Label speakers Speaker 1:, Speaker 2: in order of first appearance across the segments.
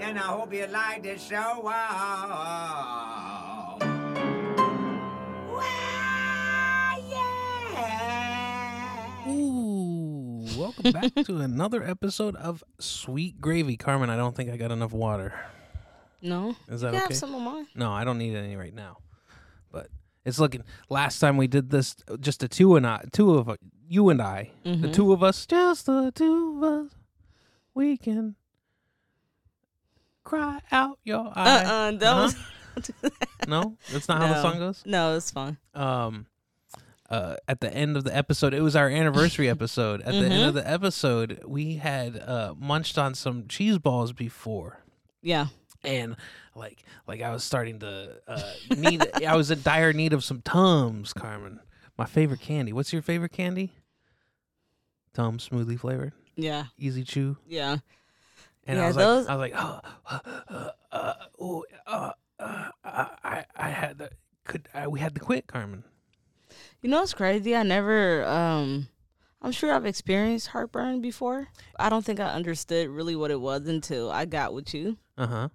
Speaker 1: and I hope you like the show. Well, yeah.
Speaker 2: Ooh, welcome back to another episode of Sweet Gravy. Carmen, I don't think I got enough water.
Speaker 3: No.
Speaker 2: Is that
Speaker 3: Yeah, I
Speaker 2: okay?
Speaker 3: have some of mine.
Speaker 2: No, I don't need any right now. But it's looking. Last time we did this, just the two and I, two of you and I,
Speaker 3: Mm-hmm.
Speaker 2: the two of us, just the two of us, we can cry out your
Speaker 3: Uh uh
Speaker 2: eye.
Speaker 3: That
Speaker 2: Uh-huh.
Speaker 3: was.
Speaker 2: No, that's not how the
Speaker 3: No.
Speaker 2: song goes.
Speaker 3: No, it's fine.
Speaker 2: um uh, at the end of the episode, it was our anniversary episode. At the
Speaker 3: Mm-hmm.
Speaker 2: end of the episode, we had uh, munched on some cheese balls before,
Speaker 3: Yeah.
Speaker 2: and like like I was starting to uh, need. I was in dire need of some tums, Carmen. My favorite candy. What's your favorite candy? Tums smoothie flavored,
Speaker 3: Yeah.
Speaker 2: easy chew.
Speaker 3: Yeah.
Speaker 2: And I
Speaker 3: Yeah,
Speaker 2: was
Speaker 3: those-
Speaker 2: like, I was like, oh, uh, uh, uh, ooh, uh, uh, I I had to, could I, we had to quit, Carmen.
Speaker 3: You know what's crazy? I never. Um, I'm sure I've experienced heartburn before. I don't think I understood really what it was until I got with you,
Speaker 2: Uh huh.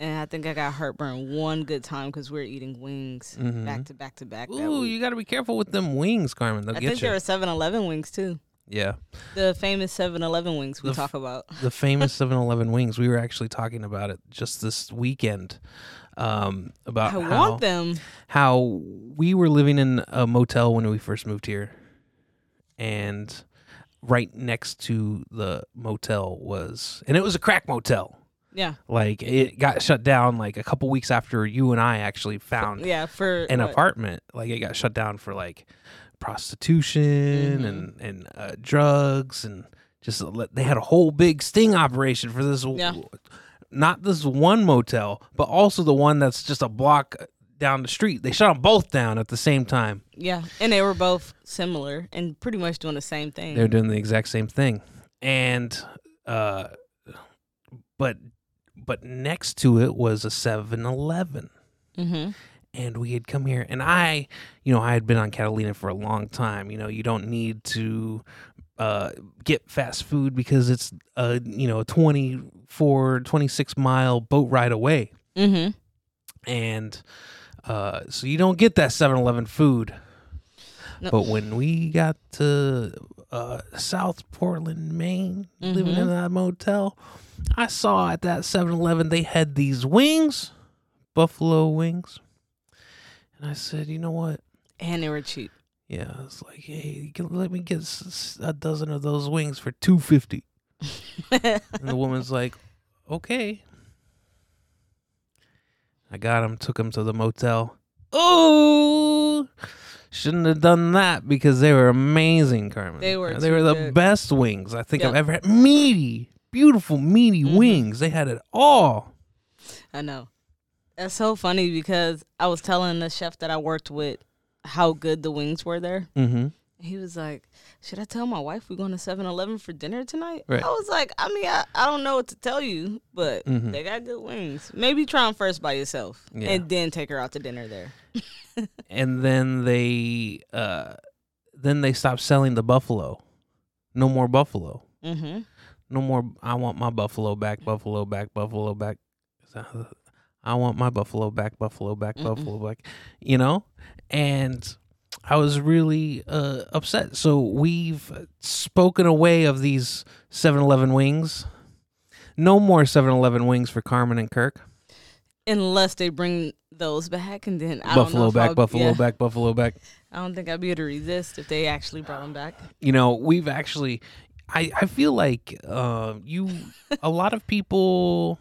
Speaker 3: and I think I got heartburn one good time because we were eating wings
Speaker 2: Mhm.
Speaker 3: back to back to back. that
Speaker 2: Ooh,
Speaker 3: week.
Speaker 2: you got to be careful with them wings, Carmen. They'll
Speaker 3: I
Speaker 2: get
Speaker 3: think
Speaker 2: you.
Speaker 3: there were 7-Eleven wings too.
Speaker 2: Yeah,
Speaker 3: The famous 7-Eleven wings we
Speaker 2: The f-
Speaker 3: talk about.
Speaker 2: the famous 7-Eleven wings. We were actually talking about it just this weekend um, about
Speaker 3: I
Speaker 2: how
Speaker 3: want them.
Speaker 2: how we were living in a motel when we first moved here, and right next to the motel was, and it was a crack motel.
Speaker 3: Yeah.
Speaker 2: Like it got shut down like a couple weeks after you and I actually found
Speaker 3: Yeah. For
Speaker 2: an
Speaker 3: what?
Speaker 2: apartment. Like it got shut down for like prostitution and and uh, drugs and just a li- they had a whole big sting operation for this. w-
Speaker 3: Yeah.
Speaker 2: Not this one motel, but also the one that's just a block uh, down the street. They shut them both down at the same time.
Speaker 3: Yeah, and they were both similar and pretty much doing the same thing.
Speaker 2: They were doing the exact same thing, and uh, but but next to it was a 7-Eleven.
Speaker 3: hmm
Speaker 2: and we had come here and i you know i had been on catalina for a long time you know you don't need to uh, get fast food because it's a you know a 24 26 mile boat ride away
Speaker 3: hmm
Speaker 2: and uh, so you don't get that 7-eleven food
Speaker 3: No.
Speaker 2: but when we got to uh, south portland maine living in that motel i saw at that 7-eleven they had these wings buffalo wings and i said you know what
Speaker 3: And they were cheap.
Speaker 2: yeah I was like hey you can let me get s- s- a dozen of those wings for 250 and the woman's like, okay. I got him, took him to the motel. Oh, shouldn't have done that because they were amazing, Carmen. Uh,
Speaker 3: They were
Speaker 2: They were
Speaker 3: too
Speaker 2: the
Speaker 3: good.
Speaker 2: best wings I think I've
Speaker 3: Yeah.
Speaker 2: ever had. Meaty, beautiful, meaty
Speaker 3: Mm-hmm.
Speaker 2: wings. They had it all.
Speaker 3: I know. That's so funny because I was telling the chef that I worked with how good the wings were there.
Speaker 2: Mm-hmm.
Speaker 3: He was like, Should I tell my wife we're going to 7 Eleven for dinner tonight?
Speaker 2: Right.
Speaker 3: I was like, I mean, I, I don't know what to tell you, but they got good wings. Maybe try them first by yourself
Speaker 2: Mm-hmm. Yeah.
Speaker 3: and then take her out to dinner there.
Speaker 2: And then they, uh, then they stopped selling the buffalo. No more buffalo.
Speaker 3: Mm-hmm.
Speaker 2: no more I want my buffalo back, buffalo back, buffalo back. Is that how the- I want my buffalo back, buffalo back, buffalo back. You know? And I was really uh, upset. So we've spoken away of these 7-Eleven wings. No more 7-Eleven wings for Carmen and Kirk.
Speaker 3: Unless they bring those back and then I don't know
Speaker 2: buffalo
Speaker 3: if
Speaker 2: back,
Speaker 3: I'll-
Speaker 2: buffalo
Speaker 3: yeah.
Speaker 2: back, buffalo back.
Speaker 3: I don't think I'd be able to resist if they actually brought him back.
Speaker 2: you know we've actually i i feel like uh, you a lot of people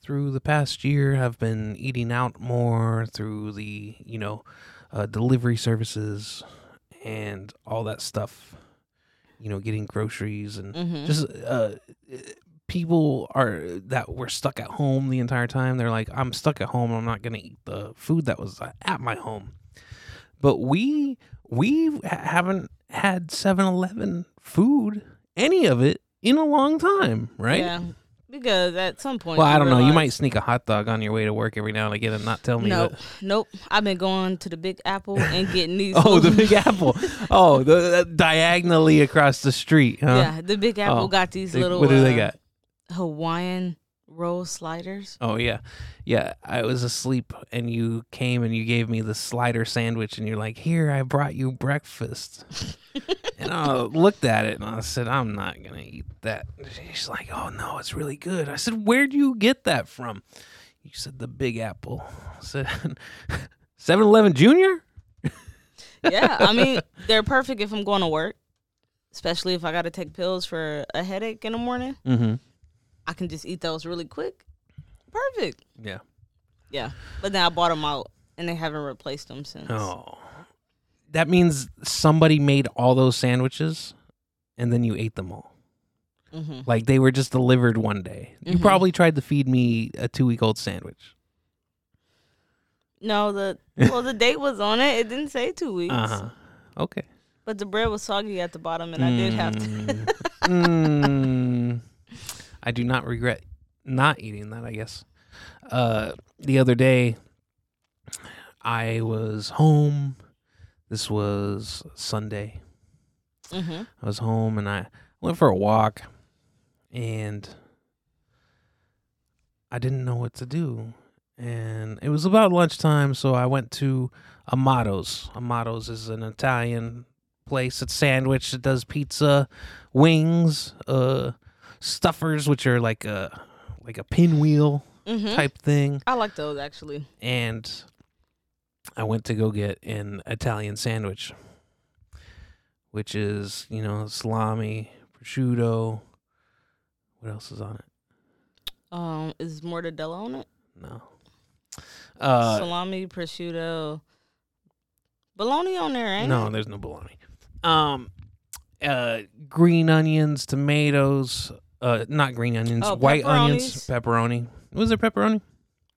Speaker 2: through the past year have been eating out more through the you know uh, delivery services and all that stuff you know getting groceries and
Speaker 3: Mhm.
Speaker 2: just uh, people are that were stuck at home the entire time they're like i'm stuck at home i'm not going to eat the food that was at my home but we we ha- haven't had 7-Eleven food, any of it, in a long time, right?
Speaker 3: Yeah, because at some point.
Speaker 2: Well, I don't know. You
Speaker 3: realize-
Speaker 2: might sneak a hot dog on your way to work every now and again and not tell me.
Speaker 3: Nope,
Speaker 2: but-
Speaker 3: nope. I've been going to the Big Apple and getting these.
Speaker 2: Oh, the
Speaker 3: little-
Speaker 2: Big Apple. Oh, the, the diagonally across the street. Huh?
Speaker 3: yeah, the Big Apple
Speaker 2: Oh,
Speaker 3: got these
Speaker 2: They-
Speaker 3: little.
Speaker 2: what do they
Speaker 3: uh,
Speaker 2: got?
Speaker 3: Hawaiian roll sliders.
Speaker 2: Oh yeah, yeah. I was asleep, and you came and you gave me the slider sandwich, and you're like, "Here, I brought you breakfast." and I looked at it and I said, "I'm not gonna eat that." She's like, "Oh no, it's really good." I said, "Where'd you get that from?" You said the Big Apple. I said, "7-Eleven Junior."
Speaker 3: yeah, I mean they're perfect if I'm going to work, especially if I got to take pills for a headache in the morning.
Speaker 2: Mm-hmm.
Speaker 3: I can just eat those really quick. Perfect.
Speaker 2: Yeah.
Speaker 3: Yeah, but then I bought them out and they haven't replaced them since.
Speaker 2: Oh, that means somebody made all those sandwiches, and then you ate them all.
Speaker 3: hmm
Speaker 2: Like they were just delivered one day. You
Speaker 3: Mhm.
Speaker 2: probably tried to feed me a two week old sandwich.
Speaker 3: No, the well the date was on it. It didn't say two weeks,
Speaker 2: Uh huh. Okay.
Speaker 3: but the bread was soggy at the bottom, and I did have to.
Speaker 2: Mm. Mm. I do not regret not eating that, I guess. Uh, the other day, I was home. This was Sunday.
Speaker 3: hmm
Speaker 2: I was home and I went for a walk and I didn't know what to do. And it was about lunchtime, so I went to Amato's. Amato's is an Italian place. It's sandwich. It does pizza, wings, uh, stuffers, which are like a like a pinwheel
Speaker 3: hmm
Speaker 2: type thing.
Speaker 3: I like those actually.
Speaker 2: And I went to go get an Italian sandwich, which is, you know, salami, prosciutto. What else is on it?
Speaker 3: Um, is mortadella on it?
Speaker 2: No. Uh,
Speaker 3: Salami, prosciutto, bologna on there, ain't
Speaker 2: no,
Speaker 3: it?
Speaker 2: there's no bologna. Um, uh, green onions, tomatoes, uh, not green onions,
Speaker 3: Oh,
Speaker 2: white onions, pepperoni. Was there pepperoni?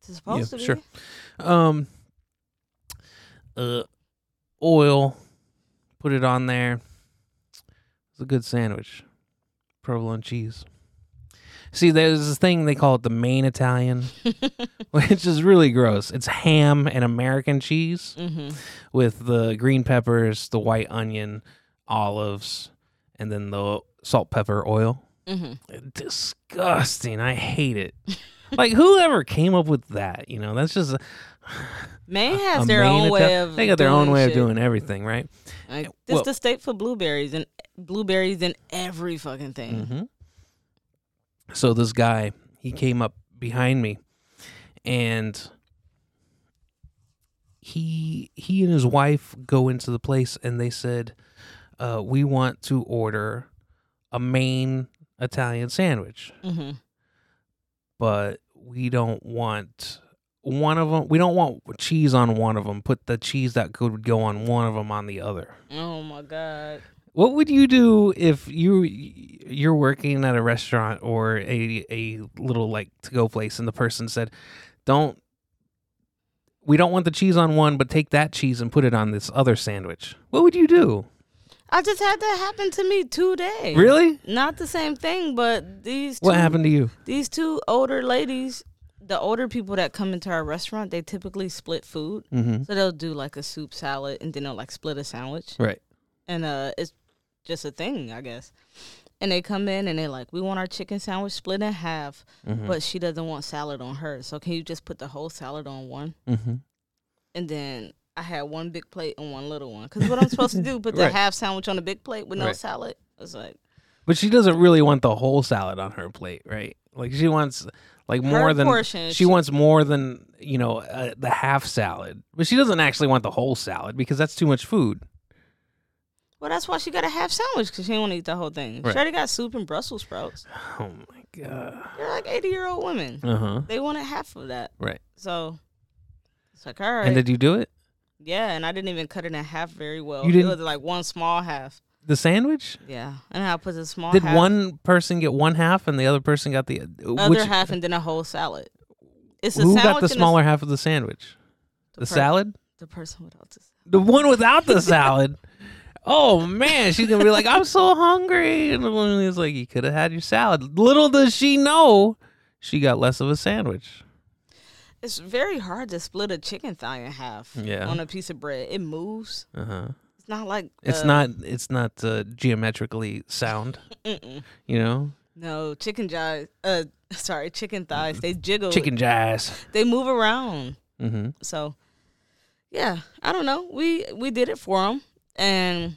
Speaker 3: It's supposed
Speaker 2: yeah,
Speaker 3: to be.
Speaker 2: sure. um uh oil put it on there it's a good sandwich provolone cheese see there's this thing they call it the main italian which is really gross it's ham and american cheese
Speaker 3: hmm
Speaker 2: with the green peppers the white onion olives and then the salt pepper oil
Speaker 3: hmm
Speaker 2: disgusting i hate it like whoever came up with that you know that's just
Speaker 3: Maine
Speaker 2: a
Speaker 3: has their
Speaker 2: main
Speaker 3: own
Speaker 2: atta-
Speaker 3: way of
Speaker 2: they got their own way of
Speaker 3: shit.
Speaker 2: doing everything, right?
Speaker 3: Like,
Speaker 2: Uh,
Speaker 3: this
Speaker 2: well-
Speaker 3: the state for blueberries and blueberries in every fucking thing.
Speaker 2: Mm-hmm. So this guy, he came up behind me, and he he and his wife go into the place, and they said, uh, "We want to order a main Italian sandwich,
Speaker 3: hmm
Speaker 2: but we don't want." One of them, we don't want cheese on one of them. Put the cheese that could go on one of them on the other.
Speaker 3: Oh my god.
Speaker 2: What would you do if you you're working at a restaurant or a a little like to go place and the person said, "Don't we don't want the cheese on one, but take that cheese and put it on this other sandwich." What would you do?
Speaker 3: I just had that happen to me today.
Speaker 2: Really?
Speaker 3: Not the same thing, but these two,
Speaker 2: What happened to you?
Speaker 3: these two older ladies, the older people that come into our restaurant, they typically split food.
Speaker 2: Mhm.
Speaker 3: So they'll do like a soup salad and then they'll like split a sandwich.
Speaker 2: Right.
Speaker 3: And uh it's just a thing, I guess. And they come in and they like, We want our chicken sandwich split in half,
Speaker 2: Mm-hmm.
Speaker 3: but she doesn't want salad on hers. So can you just put the whole salad on one?
Speaker 2: Mhm.
Speaker 3: And then I had one big plate and one little one. Because what I'm supposed to do, put the
Speaker 2: Right.
Speaker 3: half sandwich on a big plate with no
Speaker 2: Right.
Speaker 3: salad? I was like
Speaker 2: But she doesn't really want the whole salad on her plate, right? Like she wants like more
Speaker 3: her
Speaker 2: than
Speaker 3: portion.
Speaker 2: she wants more than, you know, uh, the half salad. But she doesn't actually want the whole salad because that's too much food.
Speaker 3: Well, that's why she got a half sandwich because she didn't want to eat the whole thing.
Speaker 2: Right.
Speaker 3: She already got soup and Brussels sprouts.
Speaker 2: Oh my god.
Speaker 3: They're like 80 year old women.
Speaker 2: Uh-huh.
Speaker 3: They wanted half of that.
Speaker 2: Right.
Speaker 3: So it's like, all right.
Speaker 2: And did you do it?
Speaker 3: yeah, and I didn't even cut it in half very well.
Speaker 2: You
Speaker 3: You
Speaker 2: didn't-
Speaker 3: It was like one small half.
Speaker 2: The sandwich?
Speaker 3: Yeah. And I put the small
Speaker 2: Did
Speaker 3: half,
Speaker 2: one person get one half and the other person got the uh,
Speaker 3: other
Speaker 2: which,
Speaker 3: half, and then a whole salad. It's a
Speaker 2: Who
Speaker 3: sandwich
Speaker 2: got the
Speaker 3: and a-
Speaker 2: smaller half of the sandwich? The,
Speaker 3: per-
Speaker 2: salad?
Speaker 3: The person without the salad.
Speaker 2: The one without the salad. Oh man, she's gonna be like, I'm so hungry. And the woman is like, You could have had your salad. Little does she know she got less of a sandwich.
Speaker 3: It's very hard to split a chicken thigh in half
Speaker 2: Yeah.
Speaker 3: on a piece of bread. It moves.
Speaker 2: Uh-huh.
Speaker 3: It's not like
Speaker 2: It's
Speaker 3: uh,
Speaker 2: not it's not uh, geometrically sound,
Speaker 3: Mm-mm.
Speaker 2: you know?
Speaker 3: No, chicken thighs. Uh, sorry, chicken thighs. They jiggle.
Speaker 2: Chicken jazz.
Speaker 3: They move around.
Speaker 2: Mm-hmm.
Speaker 3: So, yeah, I don't know. We we did it for them, and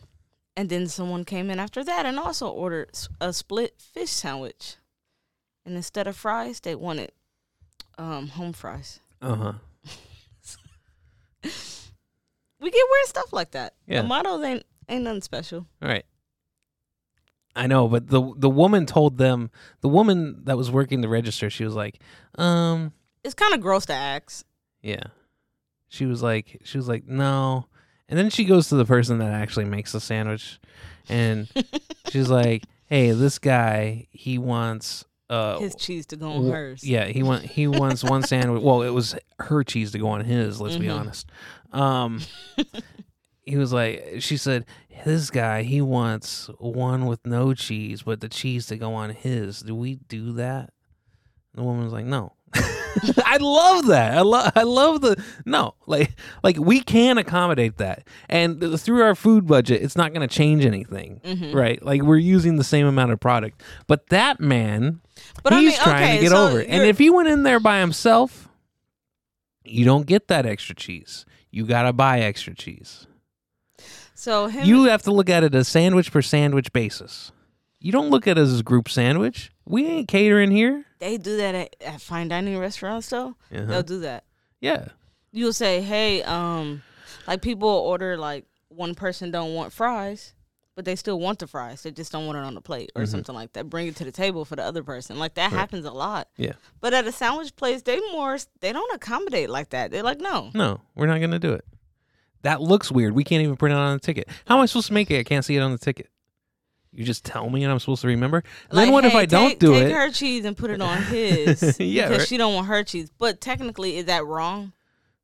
Speaker 3: and then someone came in after that and also ordered s- a split fish sandwich, and instead of fries, they wanted um home fries.
Speaker 2: Uh huh.
Speaker 3: We get weird stuff like that.
Speaker 2: Yeah.
Speaker 3: The motto ain't ain't nothing special.
Speaker 2: All right. I know, but the the woman told them the woman that was working the register, she was like, um,
Speaker 3: It's kind of gross to ask.
Speaker 2: yeah. She was like she was like, No. And then she goes to the person that actually makes the sandwich and she's like, Hey, this guy, he wants uh
Speaker 3: His cheese to go on
Speaker 2: w-
Speaker 3: hers.
Speaker 2: Yeah, he want he wants one sandwich. Well, it was her cheese to go on his. Let's be
Speaker 3: Mhm.
Speaker 2: honest. Um, he was like, she said, this guy he wants one with no cheese, but the cheese to go on his. Do we do that? The woman was like, no. I love that. I love. I love the no. Like, like we can accommodate that, and th- through our food budget, it's not going to change anything,
Speaker 3: Mhm.
Speaker 2: right? Like we're using the same amount of product. But that man,
Speaker 3: But I
Speaker 2: he's
Speaker 3: mean,
Speaker 2: trying
Speaker 3: okay,
Speaker 2: to get
Speaker 3: so
Speaker 2: over it. And
Speaker 3: you're-
Speaker 2: if he went in there by himself, you don't get that extra cheese. You gotta buy extra cheese.
Speaker 3: so him
Speaker 2: You have to look at it as sandwich per sandwich basis. You don't look at it as a group sandwich. We ain't catering here.
Speaker 3: they do that at, at fine dining restaurants though.
Speaker 2: Uh-huh.
Speaker 3: They'll do that.
Speaker 2: Yeah.
Speaker 3: You'll say, "Hey, um, like people will order like one person don't want fries, but they still want the fries. They just don't want it on the plate or something like that. Bring it to the table for the other person. Like that happens a lot.
Speaker 2: Yeah.
Speaker 3: But at a sandwich place, they more they don't accommodate like that. They're like, no,
Speaker 2: No, we're not gonna do it. That looks weird. We can't even print it on the ticket. How am I supposed to make it? I can't see it on the ticket. You just tell me and I'm supposed to remember.
Speaker 3: Like,
Speaker 2: then what if
Speaker 3: hey,
Speaker 2: I don't
Speaker 3: take-
Speaker 2: do
Speaker 3: take
Speaker 2: it?
Speaker 3: her cheese and put it on his.
Speaker 2: Yeah,
Speaker 3: because
Speaker 2: right.
Speaker 3: she don't want her cheese. But technically, is that wrong?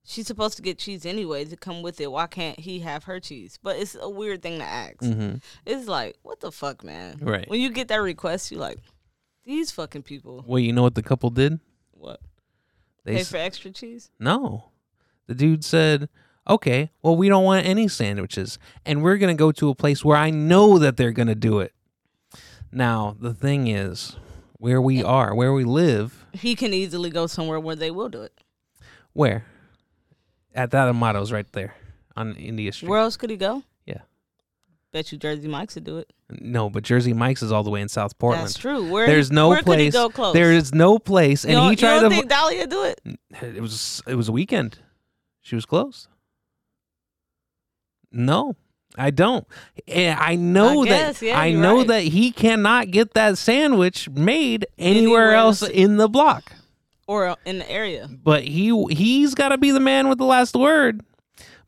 Speaker 3: She's supposed to get cheese anyway to come with it. Why can't he have her cheese? But it's a weird thing to ask.
Speaker 2: Mhm.
Speaker 3: It's like, what the fuck, man?
Speaker 2: Right.
Speaker 3: When you get that request, you like, these fucking people.
Speaker 2: Well, you know what the couple did?
Speaker 3: What?
Speaker 2: They
Speaker 3: pay
Speaker 2: s-
Speaker 3: for extra cheese?
Speaker 2: No. The dude said, okay, well, we don't want any sandwiches. And we're going to go to a place where I know that they're going to do it. Now, the thing is, where we are, where we live,
Speaker 3: He can easily go somewhere where they will do it.
Speaker 2: where? At that Amato's right there on India Street.
Speaker 3: Where else could he go?
Speaker 2: Yeah.
Speaker 3: Bet you Jersey Mike's would do it.
Speaker 2: no, but Jersey Mike's is all the way in South Portland.
Speaker 3: That's true. Where
Speaker 2: There's no
Speaker 3: where
Speaker 2: place.
Speaker 3: Could he go close?
Speaker 2: There is no place,
Speaker 3: you
Speaker 2: and
Speaker 3: don't,
Speaker 2: he tried
Speaker 3: you
Speaker 2: to.
Speaker 3: don't think Dahlia do it?
Speaker 2: it was it was a weekend. She was closed. No, I don't. And I know
Speaker 3: I guess,
Speaker 2: that
Speaker 3: yeah,
Speaker 2: I
Speaker 3: you're
Speaker 2: know
Speaker 3: right.
Speaker 2: that he cannot get that sandwich made anywhere,
Speaker 3: Anywhere
Speaker 2: else
Speaker 3: else.
Speaker 2: in the block.
Speaker 3: Or in the area?
Speaker 2: But he he's got to be the man with the last word.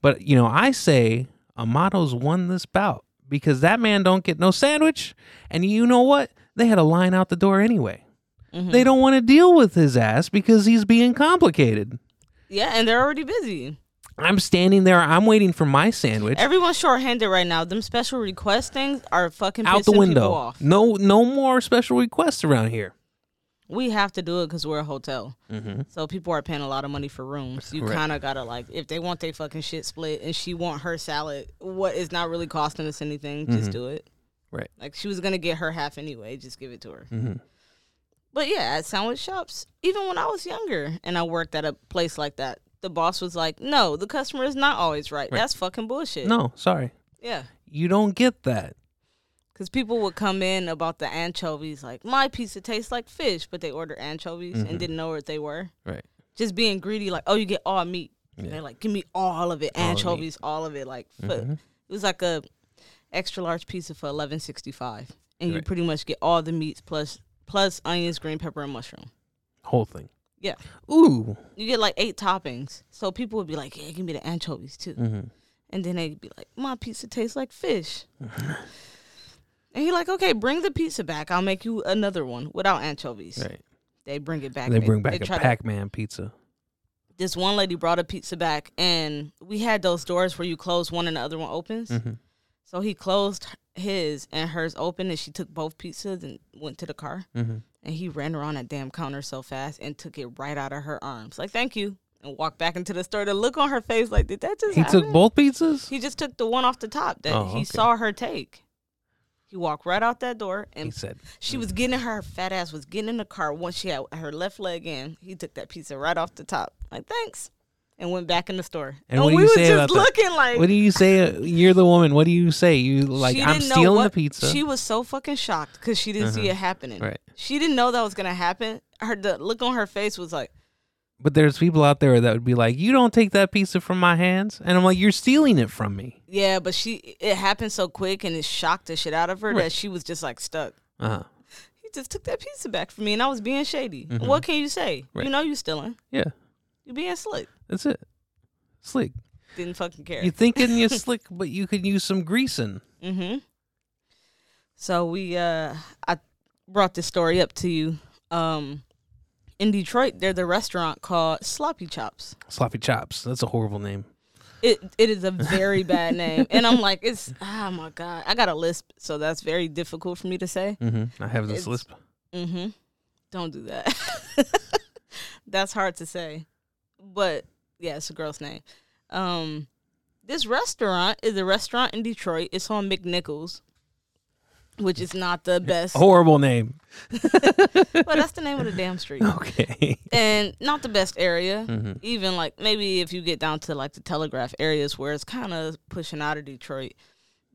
Speaker 2: But you know, I say Amato's won this bout because that man don't get no sandwich, and you know what? They had a line out the door anyway.
Speaker 3: Mm-hmm.
Speaker 2: They don't want to deal with his ass because he's being complicated.
Speaker 3: Yeah, and they're already busy.
Speaker 2: I'm standing there. I'm waiting for my sandwich
Speaker 3: Everyone's shorthanded right now. Them special request things are fucking
Speaker 2: out the
Speaker 3: pissing people
Speaker 2: window.
Speaker 3: off.
Speaker 2: No, no more special requests around here.
Speaker 3: We have to do it because we're a hotel,
Speaker 2: Mm-hmm.
Speaker 3: so people are paying a lot of money for rooms. You
Speaker 2: Right.
Speaker 3: kind of gotta like, if they want their fucking shit split, and she want her salad, what is not really costing us anything?
Speaker 2: Mm-hmm.
Speaker 3: Just do it.
Speaker 2: Right.
Speaker 3: Like she was gonna get her half anyway. Just give it to her.
Speaker 2: Mhm.
Speaker 3: But yeah, at sandwich shops, even when I was younger and I worked at a place like that, the boss was like, "No, the customer is not always right. That's fucking bullshit."
Speaker 2: No, sorry,
Speaker 3: Yeah.
Speaker 2: you don't get that.
Speaker 3: Because people would come in about the anchovies, like, my pizza tastes like fish, but they ordered anchovies and didn't know what they were.
Speaker 2: Right.
Speaker 3: Just being greedy, like, oh, you get all meat. They're like, give me all of Mm-hmm. it, anchovies, all of it. Like, fu- it was like a extra large pizza for eleven sixty five, and you
Speaker 2: Right.
Speaker 3: pretty much get all the meats plus plus onions, green pepper, and mushroom.
Speaker 2: Whole thing.
Speaker 3: Yeah,
Speaker 2: Ooh.
Speaker 3: you get like eight toppings. So people would be like, yeah, give me the anchovies too,
Speaker 2: Mm-hmm.
Speaker 3: and then they'd be like, my pizza tastes like fish. And he like, okay, bring the pizza back. I'll make you another one without anchovies.
Speaker 2: Right.
Speaker 3: They bring it back.
Speaker 2: They bring back
Speaker 3: they
Speaker 2: a
Speaker 3: try to-
Speaker 2: Pac-Man pizza.
Speaker 3: this one lady brought a pizza back, and we had those doors where you close one and the other one opens.
Speaker 2: Mm. Mm-hmm.
Speaker 3: So he closed his and hers open, and she took both pizzas and went to the car.
Speaker 2: Mm-hmm.
Speaker 3: And he ran around that damn counter so fast and took it right out of her arms, like "Thank you," and walked back into the store. The look on her face, like, did that just
Speaker 2: He
Speaker 3: happen?
Speaker 2: took both pizzas.
Speaker 3: He just took the one off the top that
Speaker 2: Oh,
Speaker 3: he
Speaker 2: okay.
Speaker 3: saw her take. He walked right out that door, and
Speaker 2: He said,
Speaker 3: she
Speaker 2: Mm.
Speaker 3: was getting her fat ass was getting in the car once she had her left leg in. He took that pizza right off the top. Like thanks, and went back in the store.
Speaker 2: And
Speaker 3: And,
Speaker 2: what do
Speaker 3: we
Speaker 2: you
Speaker 3: was
Speaker 2: say
Speaker 3: just
Speaker 2: about that?
Speaker 3: looking like
Speaker 2: "What do you say? You're the woman. What do you say? You like?
Speaker 3: she
Speaker 2: I'm
Speaker 3: didn't know
Speaker 2: stealing the
Speaker 3: what-
Speaker 2: pizza." Uh-huh.
Speaker 3: She was so fucking shocked because she didn't see it happening.
Speaker 2: Right.
Speaker 3: She didn't know that was gonna happen. Her the look on her face was like,
Speaker 2: but there's people out there that would be like, "You don't take that pizza from my hands," and I'm like, "You're stealing it from me."
Speaker 3: yeah, but she it happened so quick and it shocked the shit out of her that she was just like stuck.
Speaker 2: Uh-huh.
Speaker 3: He just took that pizza back from me and I was being shady. What can you say?
Speaker 2: Right.
Speaker 3: You know you stealing.
Speaker 2: Yeah,
Speaker 3: You being slick.
Speaker 2: that's it. Slick.
Speaker 3: Didn't fucking care.
Speaker 2: You're thinking you're slick, but you could use some greasing.
Speaker 3: Mm-hmm. So we uh I brought this story up to you. Um in Detroit, there's a restaurant called Sloppy Chops.
Speaker 2: Sloppy chops. That's a horrible name.
Speaker 3: It it is a very bad name. And I'm like, it's oh my God. I got a lisp, so that's very difficult for me to say.
Speaker 2: Mm-hmm. I have this
Speaker 3: It's-
Speaker 2: lisp.
Speaker 3: Mm-hmm. Don't do that. That's hard to say. But yeah, it's a girl's name. Um this restaurant is a restaurant in Detroit. It's on McNichols, which is not the best.
Speaker 2: Horrible name.
Speaker 3: Well, that's the name of the damn street.
Speaker 2: Okay.
Speaker 3: And not the best area.
Speaker 2: Mm. Mm-hmm.
Speaker 3: Even like maybe if you get down to like the Telegraph areas where it's kind of pushing out of Detroit,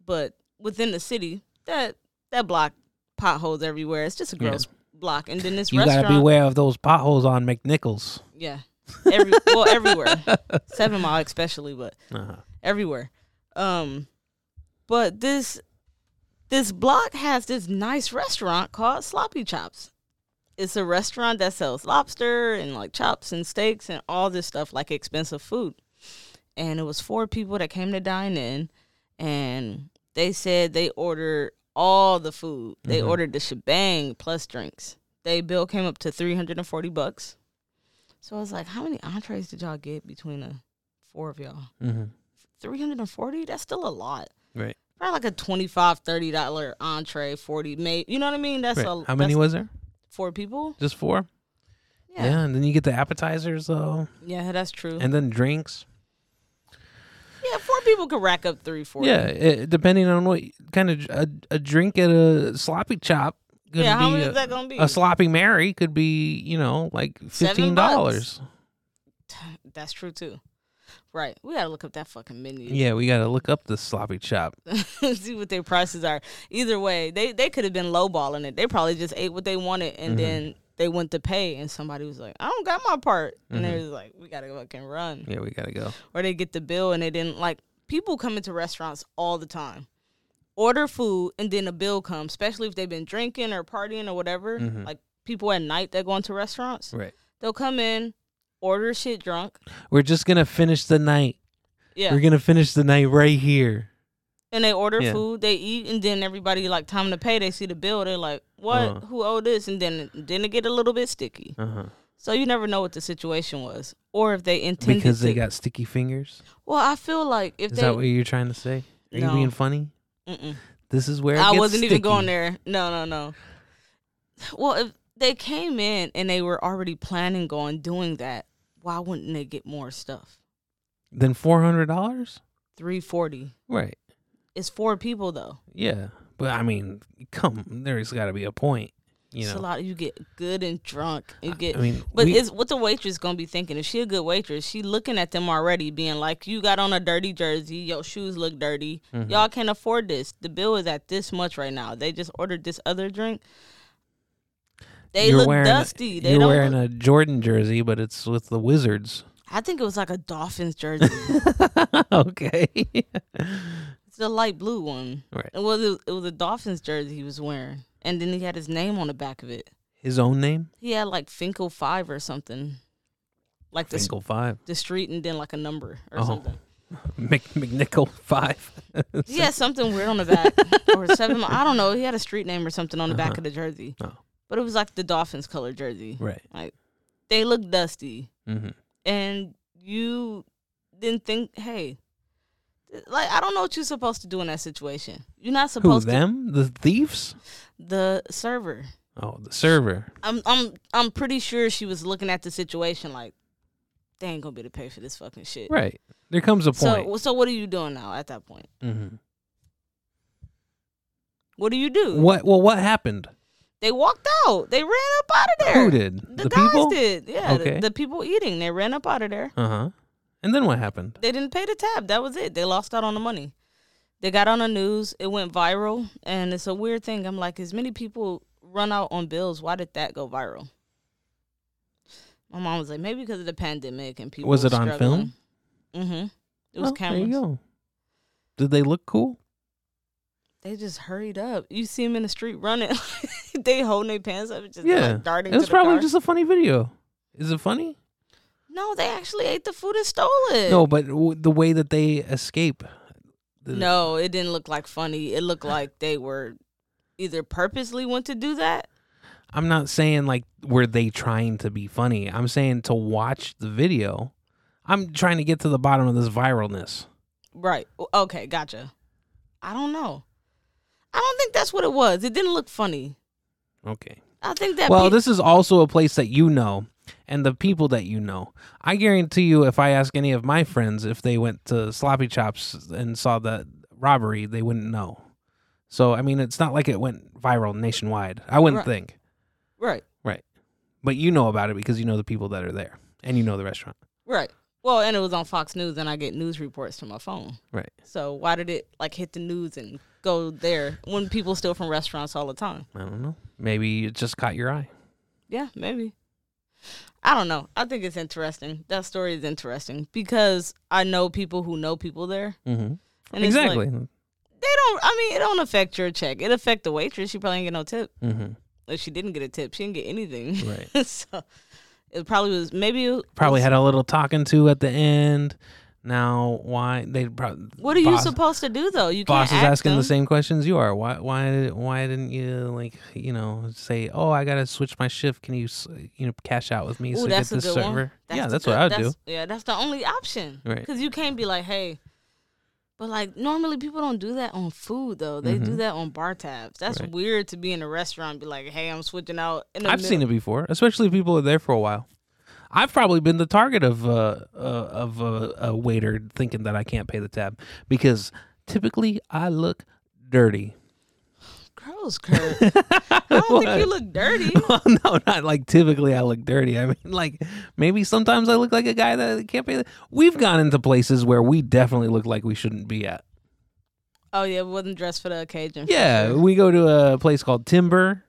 Speaker 3: but within the city, that that block potholes everywhere. It's just a gross block. And then this
Speaker 2: you
Speaker 3: restaurant,
Speaker 2: gotta beware of those potholes on McNichols.
Speaker 3: yeah, every, well everywhere, Seven Mile especially, but
Speaker 2: Uh-huh.
Speaker 3: everywhere. Um, but this this block has this nice restaurant called Sloppy Chops. It's a restaurant that sells lobster and like chops and steaks and all this stuff like expensive food. And it was four people that came to dine in, and they said they ordered all the food. They ordered the shebang plus drinks. They bill came up to three hundred and forty bucks. So I was like, how many entrees did y'all get between the four of y'all?
Speaker 2: Mm-hmm.
Speaker 3: 340 that's still a lot
Speaker 2: Right.
Speaker 3: probably like a 25 30 dollar entree 40 maybe you know what i mean that's
Speaker 2: right.
Speaker 3: a
Speaker 2: How many
Speaker 3: that's
Speaker 2: was there?
Speaker 3: four people
Speaker 2: Just four.
Speaker 3: yeah. yeah
Speaker 2: yeah, and then you get the appetizers though,
Speaker 3: that's true
Speaker 2: and then drinks.
Speaker 3: yeah four people could rack up 340
Speaker 2: Yeah, it, depending on what kind of a, a drink at a sloppy chop. Could
Speaker 3: Yeah, how
Speaker 2: be
Speaker 3: much
Speaker 2: a,
Speaker 3: is that gonna be?
Speaker 2: A sloppy Mary could be, you know, like fifteen
Speaker 3: Seven
Speaker 2: dollars.
Speaker 3: bucks. that's true too right we gotta look up that fucking menu
Speaker 2: Yeah, we gotta look up the sloppy chop.
Speaker 3: see what their prices are either way they they could have been lowballing it they probably just ate what they wanted and
Speaker 2: Mm-hmm.
Speaker 3: then they went to pay and somebody was like i don't got my part and
Speaker 2: Mm-hmm.
Speaker 3: they was like we gotta fucking run
Speaker 2: Yeah, we gotta go.
Speaker 3: or they get the bill and they didn't like people come into restaurants all the time order food and then a bill comes especially if they've been drinking or partying or whatever
Speaker 2: Mm-hmm.
Speaker 3: like people at night that go into restaurants
Speaker 2: Right.
Speaker 3: they'll come in order shit drunk
Speaker 2: We're just gonna finish the night.
Speaker 3: yeah
Speaker 2: We're gonna finish the night right here.
Speaker 3: and they order
Speaker 2: Yeah.
Speaker 3: food they eat and then everybody like time to pay they see the bill they're like what
Speaker 2: Uh-huh.
Speaker 3: who owe this and then then it get a little bit sticky
Speaker 2: Uh huh.
Speaker 3: so you never know what the situation was or if they intended
Speaker 2: Because they
Speaker 3: to-
Speaker 2: got sticky fingers.
Speaker 3: well i feel like if
Speaker 2: Is
Speaker 3: they
Speaker 2: that what you're trying to say? Are you
Speaker 3: No.
Speaker 2: being funny?
Speaker 3: Mm-mm.
Speaker 2: This is where it
Speaker 3: I
Speaker 2: gets
Speaker 3: wasn't even
Speaker 2: sticky.
Speaker 3: going there. No, no, no. Well, if they came in and they were already planning on doing that, why wouldn't they get more stuff?
Speaker 2: Then four hundred dollars.
Speaker 3: Three forty.
Speaker 2: Right.
Speaker 3: It's four people though.
Speaker 2: Yeah, but I mean, come, there's got to be a point, you
Speaker 3: it's a
Speaker 2: know.
Speaker 3: lot. You get good and drunk. You get.
Speaker 2: I mean,
Speaker 3: but
Speaker 2: we-
Speaker 3: it's what the waitress gonna be thinking. If she a good waitress, she looking at them already, being like, "You got on a dirty jersey. Your shoes look dirty.
Speaker 2: Mm-hmm.
Speaker 3: Y'all can't afford this. The bill is at this much right now. They just ordered this other drink. They
Speaker 2: You're
Speaker 3: look
Speaker 2: wearing a-
Speaker 3: dusty. they
Speaker 2: you're
Speaker 3: don't
Speaker 2: wearing
Speaker 3: look-
Speaker 2: a Jordan jersey, but it's with the Wizards.
Speaker 3: I think it was like a Dolphins jersey.
Speaker 2: okay.
Speaker 3: it's the light blue one.
Speaker 2: Right.
Speaker 3: It was it was a Dolphins jersey he was wearing, and then he had his name on the back of it.
Speaker 2: His own name,
Speaker 3: He had like Finkel Five or something, like the s-
Speaker 2: Finkel Five,
Speaker 3: the street, and then like a number or
Speaker 2: Oh.
Speaker 3: something.
Speaker 2: Mc, McNichol Five.
Speaker 3: He had something weird on the back or seven. I don't know. He had a street name or something on the back of the jersey,
Speaker 2: Oh.
Speaker 3: but it was like the Dolphins color jersey.
Speaker 2: right.
Speaker 3: Like they look dusty.
Speaker 2: Mm-hmm.
Speaker 3: and you didn't think, hey, th- like I don't know what you're supposed to do in that situation. You're not
Speaker 2: Who
Speaker 3: supposed to
Speaker 2: them? The thieves?
Speaker 3: the server.
Speaker 2: Oh, the server.
Speaker 3: I'm I'm I'm pretty sure she was looking at the situation like they ain't gonna be able to pay for this fucking shit.
Speaker 2: Right. There comes a
Speaker 3: So
Speaker 2: point.
Speaker 3: so what are you doing now at that point?
Speaker 2: mm-hmm.
Speaker 3: What do you do?
Speaker 2: What? Well, what happened?
Speaker 3: They walked out. They ran up out of there.
Speaker 2: Who did?
Speaker 3: The,
Speaker 2: The
Speaker 3: guys
Speaker 2: people?
Speaker 3: did. Yeah, the-
Speaker 2: Okay.
Speaker 3: the, people eating. They ran up out of there.
Speaker 2: Uh huh. And then what happened?
Speaker 3: They didn't pay the tab. That was it. They lost out on the money. They got on the news. It went viral, and it's a weird thing. I'm like, as many people run out on bills. Why did that go viral? My mom was like, maybe because of the pandemic and people.
Speaker 2: Was it on film?
Speaker 3: Mm-hmm. It was
Speaker 2: Well,
Speaker 3: cameras.
Speaker 2: There you go. Did they look cool?
Speaker 3: They just hurried up. You see them in the street running. they holding their pants up, and just
Speaker 2: Yeah.
Speaker 3: like darting.
Speaker 2: it was
Speaker 3: to the
Speaker 2: probably
Speaker 3: car.
Speaker 2: just a funny video. Is it funny?
Speaker 3: No, they actually ate the food and stole it.
Speaker 2: No, but w- the way that they escape. the-
Speaker 3: No, it didn't look like funny. It looked like they were either purposely went to do that.
Speaker 2: I'm not saying like were they trying to be funny. I'm saying to watch the video. I'm trying to get to the bottom of this viralness.
Speaker 3: Right. O- Okay, gotcha. I don't know. I don't think that's what it was. It didn't look funny.
Speaker 2: Okay.
Speaker 3: I think that
Speaker 2: Well,
Speaker 3: pe-
Speaker 2: this is also a place that you know and the people that you know. I guarantee you if I ask any of my friends if they went to Sloppy Chops and saw that robbery, they wouldn't know. So, I mean, it's not like it went viral nationwide. I wouldn't
Speaker 3: Right.
Speaker 2: think.
Speaker 3: right.
Speaker 2: But you know about it because you know the people that are there and you know the restaurant.
Speaker 3: Right. Well, and it was on Fox News and I get news reports to my phone.
Speaker 2: Right.
Speaker 3: So why did it like hit the news and go there when people steal from restaurants all the time?
Speaker 2: I don't know. Maybe it just caught your eye.
Speaker 3: Yeah, maybe. I don't know. I think it's interesting. That story is interesting because I know people who know people there.
Speaker 2: Mm-hmm.
Speaker 3: And it's like-
Speaker 2: exactly.
Speaker 3: They don't. I mean, it don't affect your check. It affect the waitress. She probably ain't get no tip.
Speaker 2: mm-hmm.
Speaker 3: If she didn't get a tip, she didn't get anything.
Speaker 2: Right.
Speaker 3: so it probably was maybe it
Speaker 2: Probably
Speaker 3: was-
Speaker 2: had a little talking to at the end. Now, why they? Pro-
Speaker 3: What are you
Speaker 2: boss,
Speaker 3: supposed to do though? You
Speaker 2: Boss
Speaker 3: can't
Speaker 2: is
Speaker 3: ask
Speaker 2: asking
Speaker 3: them.
Speaker 2: the same questions you are. Why? Why? Why didn't you like? You know, say, "Oh, I gotta switch my shift. Can you, s- you know, cash out with me
Speaker 3: Ooh,
Speaker 2: so I get
Speaker 3: that's a
Speaker 2: this
Speaker 3: good
Speaker 2: server?"
Speaker 3: one.
Speaker 2: yeah,
Speaker 3: the
Speaker 2: that's
Speaker 3: good-
Speaker 2: what I'd do.
Speaker 3: that's- Yeah, that's the only option.
Speaker 2: Right.
Speaker 3: Because you can't be like, hey. But like normally people don't do that on food though. They do that on bar tabs. That's
Speaker 2: Mm-hmm. Right.
Speaker 3: weird to be in a restaurant and be like, hey, I'm switching out. In the
Speaker 2: I've seen it before, especially if people are there for a while. I've probably been the target of uh, uh, of uh, a waiter thinking that I can't pay the tab because typically I look dirty.
Speaker 3: Gross, Kurt. I don't think you look dirty.
Speaker 2: Well, no, not like typically I look dirty. I mean, like maybe sometimes I look like a guy that can't pay. The- We've gone into places where we definitely look like we shouldn't be at.
Speaker 3: Oh yeah, we wasn't dressed for the occasion. for
Speaker 2: Yeah,
Speaker 3: sure.
Speaker 2: we go to a place called Timber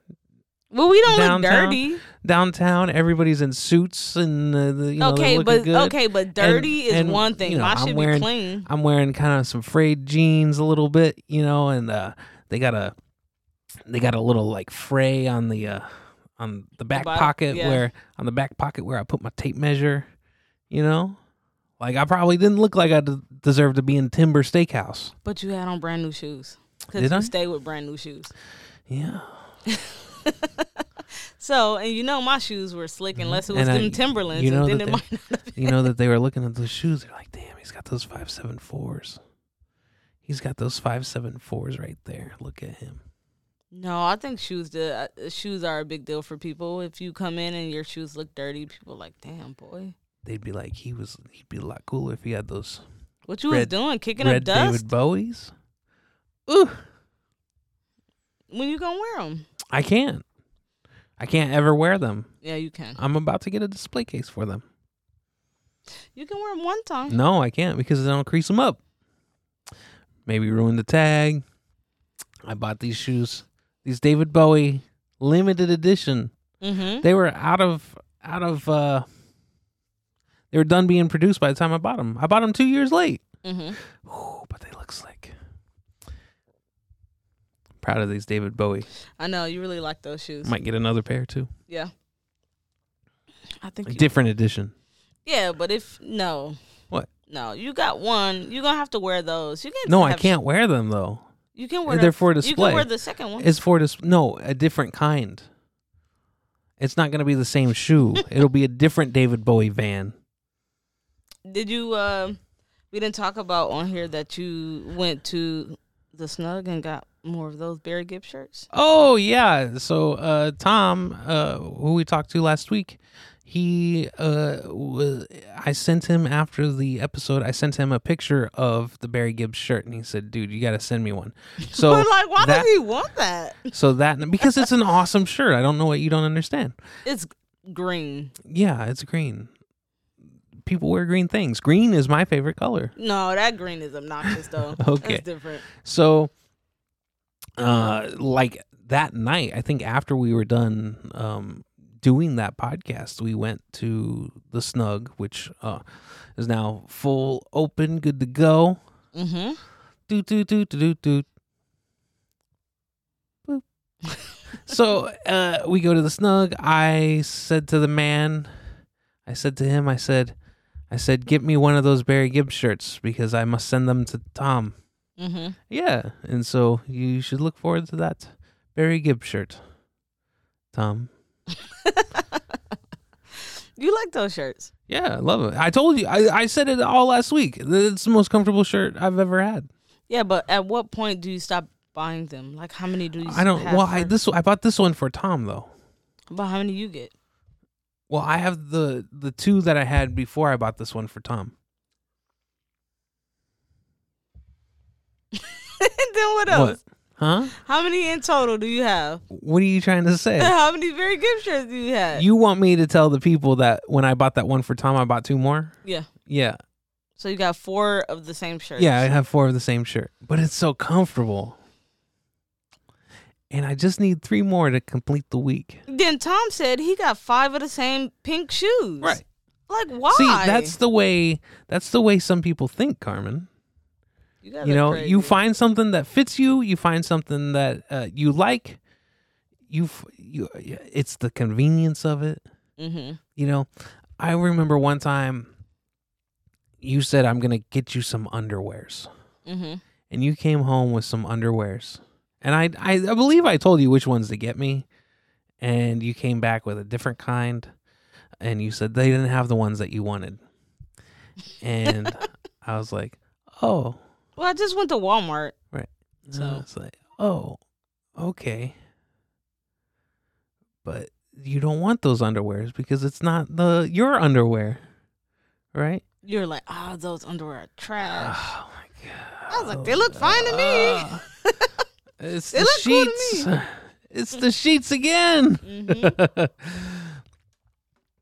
Speaker 3: Well, we don't
Speaker 2: Downtown,
Speaker 3: look dirty.
Speaker 2: downtown. Everybody's in suits and uh, the, you know, they're
Speaker 3: okay,
Speaker 2: looking
Speaker 3: but
Speaker 2: good.
Speaker 3: okay, but dirty is
Speaker 2: and,
Speaker 3: one thing.
Speaker 2: you know,
Speaker 3: Mine
Speaker 2: I'm
Speaker 3: should
Speaker 2: wearing-
Speaker 3: be clean.
Speaker 2: I'm wearing kind of some frayed jeans a little bit, you know, and uh, they got a they got a little like fray on the uh, on the back
Speaker 3: bottom,
Speaker 2: pocket
Speaker 3: yeah.
Speaker 2: where on the back pocket where I put my tape measure, you know. Like I probably didn't look like I d- deserved to be in Timber Steakhouse.
Speaker 3: But you had on brand new shoes because
Speaker 2: Did
Speaker 3: you
Speaker 2: I?
Speaker 3: stay with brand new shoes.
Speaker 2: Yeah,
Speaker 3: So and you know my shoes were slick unless it was
Speaker 2: Mm-hmm. And I-
Speaker 3: them Timberlands,
Speaker 2: you know
Speaker 3: and
Speaker 2: that
Speaker 3: then it
Speaker 2: they-
Speaker 3: might not have been.
Speaker 2: you know that they were looking at those shoes. They're like, damn, he's got those five seven fours. He's got those five seven fours right there. Look at him.
Speaker 3: No, I think shoes. The uh, shoes are a big deal for people. If you come in and your shoes look dirty, people like, damn boy,
Speaker 2: They'd be like, he was. He'd be a lot cooler if he had those
Speaker 3: what you was
Speaker 2: Red-
Speaker 3: doing, kicking up
Speaker 2: Red
Speaker 3: dust?
Speaker 2: David Bowie's. Ooh,
Speaker 3: When you gonna wear them?
Speaker 2: I can't. I can't ever wear them.
Speaker 3: Yeah, you can.
Speaker 2: I'm about to get a display case for them.
Speaker 3: You can wear them one time.
Speaker 2: No, I can't because then I'll crease them up. Maybe ruin the tag. I bought these shoes, these David Bowie limited edition.
Speaker 3: Mm-hmm.
Speaker 2: They were out of out of uh they were done being produced by the time I bought them. I bought them 2 years late.
Speaker 3: Mm-hmm.
Speaker 2: Ooh, but they look slick. Proud of these David Bowie.
Speaker 3: I know you really like those shoes.
Speaker 2: Might get another pair too.
Speaker 3: Yeah. I think
Speaker 2: A
Speaker 3: you,
Speaker 2: different edition.
Speaker 3: Yeah, but if no.
Speaker 2: What?
Speaker 3: No, you got one. You're gonna have to wear those. You can
Speaker 2: No, I
Speaker 3: have-
Speaker 2: can't wear them though.
Speaker 3: You can wear
Speaker 2: They're
Speaker 3: the,
Speaker 2: for
Speaker 3: You can
Speaker 2: display.
Speaker 3: wear the second one.
Speaker 2: It's for this. No, a different kind. It's not going to be the same shoe. It'll be a different David Bowie van.
Speaker 3: Did you um we didn't talk about on here that you went to the snug and got more of those Barry Gibb shirts?
Speaker 2: Oh yeah. So uh, Tom, uh, who we talked to last week, he uh was I sent him after the episode I sent him a picture of the Barry Gibbs shirt and he said, "Dude, you got to send me one." So
Speaker 3: but like, why
Speaker 2: that-
Speaker 3: does he want that?
Speaker 2: so that because it's an awesome shirt. I don't know what you don't understand.
Speaker 3: It's green.
Speaker 2: Yeah, it's green. People wear green things. Green is my favorite color.
Speaker 3: No, that green is obnoxious though.
Speaker 2: Okay.
Speaker 3: That's different.
Speaker 2: So, uh, like that night, I think after we were done um, doing that podcast, we went to the Snug, which uh, is now full open, good to go.
Speaker 3: Mm-hmm.
Speaker 2: Doot doot doot doot doot. doot. Boop. so uh, we go to the Snug. I said to the man, I said to him, I said, I said, get me one of those Barry Gibbs shirts because I must send them to Tom.
Speaker 3: Mm-hmm.
Speaker 2: Yeah, and so you should look forward to that Barry Gibb shirt, Tom.
Speaker 3: You like those shirts.
Speaker 2: Yeah, I love it. I told you, I, I said it all last week. that It's the most comfortable shirt I've ever had.
Speaker 3: Yeah, but at what point do you stop buying them? Like, how many do you?
Speaker 2: I don't.
Speaker 3: Have
Speaker 2: Well, I
Speaker 3: for-
Speaker 2: this I bought this one for Tom though.
Speaker 3: But how many you get?
Speaker 2: Well, I have the the two that I had before I bought this one for Tom.
Speaker 3: then what else?
Speaker 2: Huh?
Speaker 3: How many in total do you have?
Speaker 2: What are you trying to say?
Speaker 3: How many very gift shirts do you have?
Speaker 2: Eh. you want me to tell the people that when I bought that one for Tom, I bought two more?
Speaker 3: yeah.
Speaker 2: Yeah,
Speaker 3: So you got four of the same shirts.
Speaker 2: Yeah, I have four of the same shirt, but it's so comfortable. And I just need three more to complete the week.
Speaker 3: Then Tom said he got five of the same pink shoes. Like why?
Speaker 2: See, that's the way that's the way some people think, Carmen.
Speaker 3: you, guys
Speaker 2: you
Speaker 3: are
Speaker 2: know, you
Speaker 3: crazy.
Speaker 2: find something that fits you, you find something that uh, you like. You f- you it's the convenience of it.
Speaker 3: Mhm.
Speaker 2: You know, I remember one time you said I'm going to get you some underwears.
Speaker 3: Mhm.
Speaker 2: and you came home with some underwears. And I, I, I believe I told you which ones to get me, and you came back with a different kind, and you said they didn't have the ones that you wanted. And I was like, oh,
Speaker 3: Well, I just went to Walmart.
Speaker 2: so I
Speaker 3: So-
Speaker 2: was like, oh, okay. But you don't want those underwears because it's not the your underwear, right?
Speaker 3: You're like, oh, those underwear are trash.
Speaker 2: Oh my god!
Speaker 3: I was like, they look fine to me.
Speaker 2: It's
Speaker 3: They
Speaker 2: the
Speaker 3: look cool to
Speaker 2: sheets. It's the sheets again.
Speaker 3: Mhm.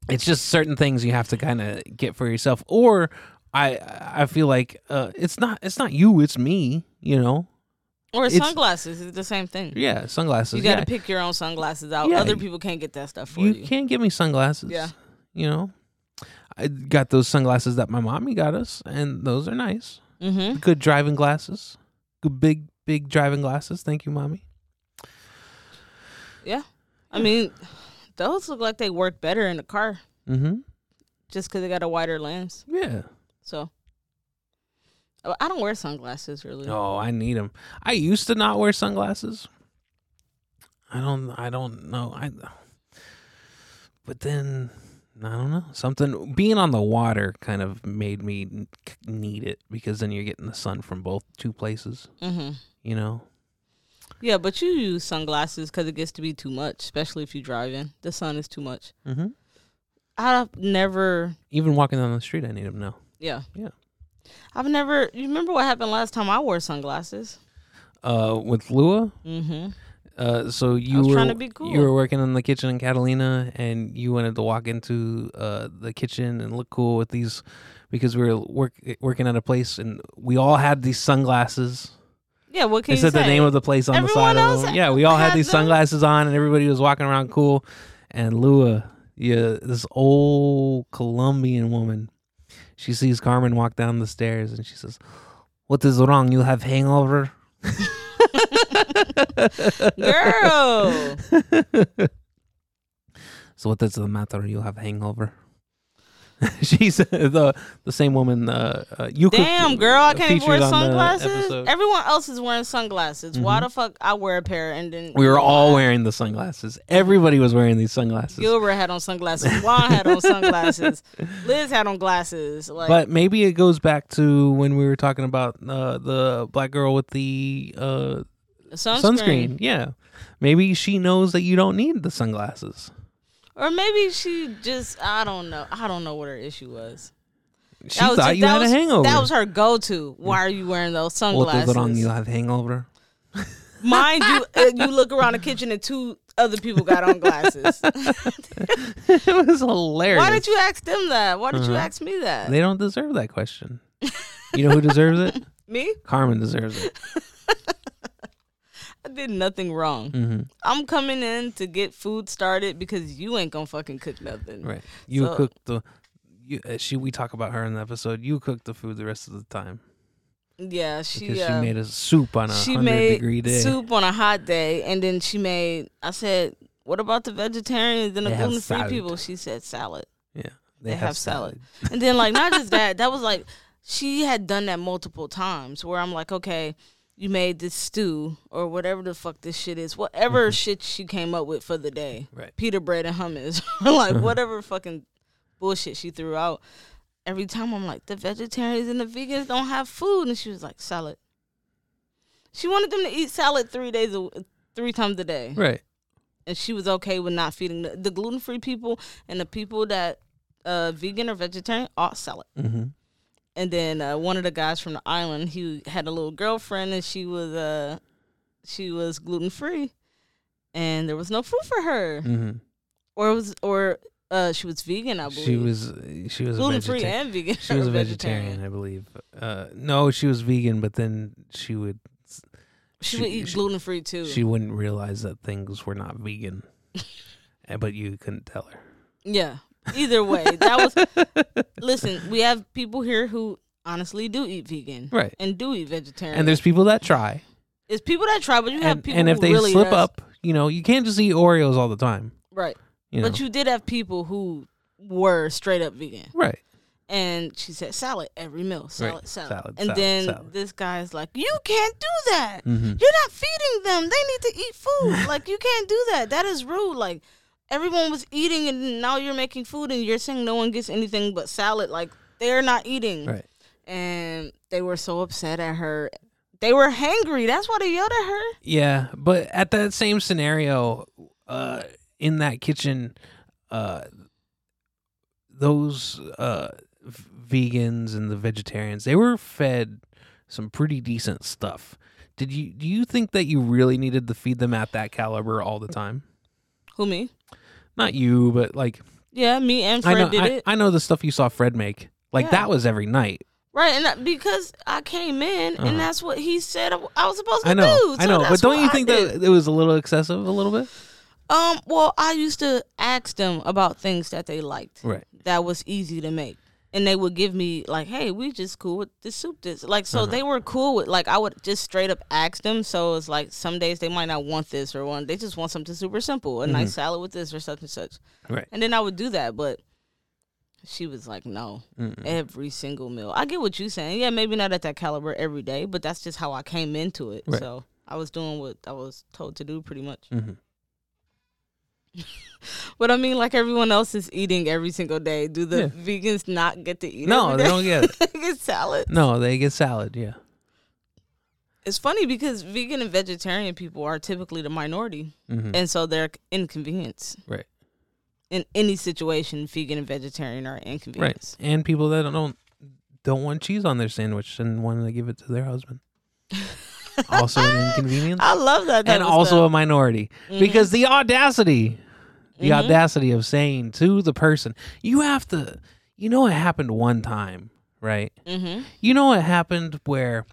Speaker 2: it's just certain things you have to kind of get for yourself, or I I feel like uh, it's not it's not you, it's me. You know,
Speaker 3: Or
Speaker 2: It's-
Speaker 3: sunglasses is the same thing.
Speaker 2: yeah, sunglasses.
Speaker 3: Mm-hmm. You got to
Speaker 2: yeah.
Speaker 3: pick your own sunglasses out.
Speaker 2: Yeah,
Speaker 3: Other
Speaker 2: you-
Speaker 3: people can't get that stuff for
Speaker 2: You
Speaker 3: you.
Speaker 2: can't give me sunglasses.
Speaker 3: Yeah.
Speaker 2: you know, I got those sunglasses that my mommy got us, and those are nice.
Speaker 3: Mm-hmm.
Speaker 2: Good driving glasses. Good big big driving glasses. Thank you, mommy.
Speaker 3: Yeah. I mean, those look like they work better in the car
Speaker 2: Mm-hmm.
Speaker 3: just because they got a wider lens.
Speaker 2: Yeah.
Speaker 3: So Oh, I don't wear sunglasses really.
Speaker 2: Oh, I need them. I used to not wear sunglasses. I don't. I don't know. I. But then I don't know. Something being on the water kind of made me n- k- need it because then you're getting the sun from both two places.
Speaker 3: hmm
Speaker 2: You know.
Speaker 3: Yeah, but you use sunglasses because it gets to be too much, especially if you're driving. The sun is too much.
Speaker 2: Mm-hmm.
Speaker 3: I've never,
Speaker 2: Even walking down the street, I need them now.
Speaker 3: yeah.
Speaker 2: Yeah.
Speaker 3: I've never, you remember what happened last time I wore sunglasses?
Speaker 2: Uh, with Lua.
Speaker 3: Mm-hmm.
Speaker 2: Uh, so you
Speaker 3: was
Speaker 2: were
Speaker 3: trying to be cool.
Speaker 2: you were working in the kitchen in Catalina, and you wanted to walk into uh the kitchen and look cool with these, because we were work working at a place, and we all had these sunglasses.
Speaker 3: Yeah, what can
Speaker 2: They
Speaker 3: you
Speaker 2: said
Speaker 3: say?
Speaker 2: the name of the place on the
Speaker 3: Everyone
Speaker 2: side of
Speaker 3: else
Speaker 2: them. Yeah, we all had,
Speaker 3: had
Speaker 2: these
Speaker 3: them.
Speaker 2: sunglasses on, and everybody was walking around cool. And Lua, yeah, this old Colombian woman, she sees Carmen walk down the stairs, and she says, "What is wrong? You have hangover."
Speaker 3: Girl.
Speaker 2: So what does the matter? You have hangover. She's uh, the the same woman. Uh, uh, you could-
Speaker 3: Damn, girl, I can't even
Speaker 2: featured
Speaker 3: wear
Speaker 2: on the
Speaker 3: sunglasses.
Speaker 2: episode. Mm-hmm.
Speaker 3: Everyone else is wearing sunglasses. Why the fuck I wear a pair and then
Speaker 2: We were all wearing the sunglasses. Everybody was wearing these sunglasses.
Speaker 3: Gilbert had on sunglasses. Juan had on sunglasses. Liz had on glasses. Like
Speaker 2: but maybe it goes back to when we were talking about uh, the black girl with the uh,
Speaker 3: sunscreen.
Speaker 2: sunscreen. Yeah, maybe she knows that you don't need the sunglasses.
Speaker 3: Or maybe she just I don't know. I don't know what her issue was.
Speaker 2: She thought you had
Speaker 3: was,
Speaker 2: a hangover.
Speaker 3: That was her go to. Why are you wearing those
Speaker 2: what does
Speaker 3: sunglasses?
Speaker 2: it on you have hangover?
Speaker 3: Mind you, uh, you look around the kitchen and two other people got on glasses.
Speaker 2: it was hilarious.
Speaker 3: Why did you ask them that? Why did you ask me that?
Speaker 2: They don't deserve that question. You know who deserves it?
Speaker 3: me?
Speaker 2: Carmen deserves it.
Speaker 3: I did nothing wrong.
Speaker 2: Mm. Mm-hmm.
Speaker 3: I'm coming in to get food started because you ain't gonna fucking cook nothing.
Speaker 2: Right. You
Speaker 3: So-
Speaker 2: cook the. You, uh, she we talk about her in the episode. You cook the food the rest of the time
Speaker 3: Yeah,
Speaker 2: because
Speaker 3: she
Speaker 2: she
Speaker 3: uh,
Speaker 2: made a soup on a
Speaker 3: she
Speaker 2: hundred
Speaker 3: made
Speaker 2: degree day.
Speaker 3: soup on a hot day, and then she made. I said, "What about the vegetarians and the
Speaker 2: They have
Speaker 3: gluten free
Speaker 2: salad.
Speaker 3: people?" She said, "Salad."
Speaker 2: Yeah,
Speaker 3: They, have, salad. and then like not just that, that was like she had done that multiple times where I'm like, okay, you made this stew or whatever the fuck this shit is, whatever shit she came up with for the day,
Speaker 2: Mm-hmm. Right. Mm-hmm.
Speaker 3: Pita bread and hummus, or like whatever fucking bullshit she threw out. Every time I'm like, the vegetarians and the vegans don't have food, and she was like, salad. She wanted them to eat salad three days a three times a day
Speaker 2: Right.
Speaker 3: and she was okay with not feeding the, the gluten free people and the people that uh vegan or vegetarian all sell it.
Speaker 2: Mm-hmm.
Speaker 3: And then uh, one of the guys from the island, he had a little girlfriend and she was uh she was gluten free, and there was no food for her,
Speaker 2: Mm-hmm.
Speaker 3: or it was or uh she was vegan, I believe.
Speaker 2: She was. She was a
Speaker 3: gluten free
Speaker 2: vegetarian.
Speaker 3: and vegan.
Speaker 2: She was
Speaker 3: or
Speaker 2: a vegetarian, I believe. Uh, no, she was vegan, but then she would.
Speaker 3: She, would
Speaker 2: She-
Speaker 3: eat
Speaker 2: she-
Speaker 3: gluten free too.
Speaker 2: She wouldn't realize that things were not vegan, Eh, but you couldn't tell her.
Speaker 3: Yeah. Either way, that was. listen, we have people here who honestly do eat vegan
Speaker 2: Right.
Speaker 3: and do eat vegetarian.
Speaker 2: And there's people that try,
Speaker 3: It's people that try, but you have
Speaker 2: and,
Speaker 3: people
Speaker 2: and if
Speaker 3: who
Speaker 2: they
Speaker 3: really
Speaker 2: slip
Speaker 3: does-
Speaker 2: up, you know, you can't just eat Oreos all the time.
Speaker 3: right?
Speaker 2: You know,
Speaker 3: But you did have people who were straight up vegan,
Speaker 2: right?
Speaker 3: and she said salad every meal, salad,
Speaker 2: Right.
Speaker 3: salad.
Speaker 2: Salad,
Speaker 3: and
Speaker 2: salad,
Speaker 3: then
Speaker 2: salad.
Speaker 3: this guy's like, "You can't do that.
Speaker 2: Mhm.
Speaker 3: You're not feeding them. They need to eat food. like you can't do that. That is rude. Like everyone was eating, and now you're making food, and you're saying no one gets anything but salad. Like they're not eating,
Speaker 2: Right.
Speaker 3: and they were so upset at her. They were hangry. That's why they yelled at her.
Speaker 2: Yeah, but at that same scenario, uh, in that kitchen, uh, those uh, v- vegans and the vegetarians they were fed some pretty decent stuff. Did you do you think that you really needed to feed them at that caliber all the time?
Speaker 3: Who me?
Speaker 2: Not you, but like
Speaker 3: Yeah, me and
Speaker 2: I
Speaker 3: Fred
Speaker 2: know
Speaker 3: did
Speaker 2: I,
Speaker 3: it.
Speaker 2: I know the stuff you saw Fred make. Like
Speaker 3: Yeah.
Speaker 2: that was every night.
Speaker 3: Right, and that- because I came in,
Speaker 2: Uh-huh.
Speaker 3: and that's what he said I I was supposed to
Speaker 2: I know,
Speaker 3: do. So
Speaker 2: I know, but
Speaker 3: that's
Speaker 2: don't
Speaker 3: what
Speaker 2: you
Speaker 3: I
Speaker 2: think
Speaker 3: did.
Speaker 2: that it was a little excessive, a little bit?
Speaker 3: Um, well, I used to ask them about things that they liked
Speaker 2: Right.
Speaker 3: that was easy to make, and they would give me like, "Hey, we just cool with the soup this." Like, so
Speaker 2: Uh-huh.
Speaker 3: they were cool with like I would just straight up ask them. So it's like some days they might not want this or one, they just want something super simple, a
Speaker 2: Mm-hmm.
Speaker 3: nice salad with this or such and such.
Speaker 2: Right.
Speaker 3: And then I would do that, but she was like, no, every single meal. I get what you're saying. Yeah, maybe not at that caliber every day, but that's just how I came into it.
Speaker 2: Right.
Speaker 3: So I was doing what I was told to do pretty much.
Speaker 2: Mhm.
Speaker 3: but I mean, like everyone else is eating every single day. Do the
Speaker 2: Yeah.
Speaker 3: vegans not get to eat?
Speaker 2: No,
Speaker 3: every
Speaker 2: they
Speaker 3: day?
Speaker 2: don't get it.
Speaker 3: They get salad.
Speaker 2: No, they get salad. Yeah.
Speaker 3: It's funny because vegan and vegetarian people are typically the minority,
Speaker 2: Mhm.
Speaker 3: and so they're inconvenienced.
Speaker 2: Right.
Speaker 3: in any situation, vegan and vegetarian are
Speaker 2: Right.
Speaker 3: inconvenience.
Speaker 2: And people that don't don't want cheese on their sandwich and want to give it to their husband. also an inconvenience.
Speaker 3: I love Oh, that. Mm-hmm. type
Speaker 2: And
Speaker 3: of
Speaker 2: also a
Speaker 3: stuff.
Speaker 2: minority. Because the audacity the
Speaker 3: Mm-hmm.
Speaker 2: audacity of saying to the person, you have to you know it happened one time, right?
Speaker 3: Mhm.
Speaker 2: You know it happened where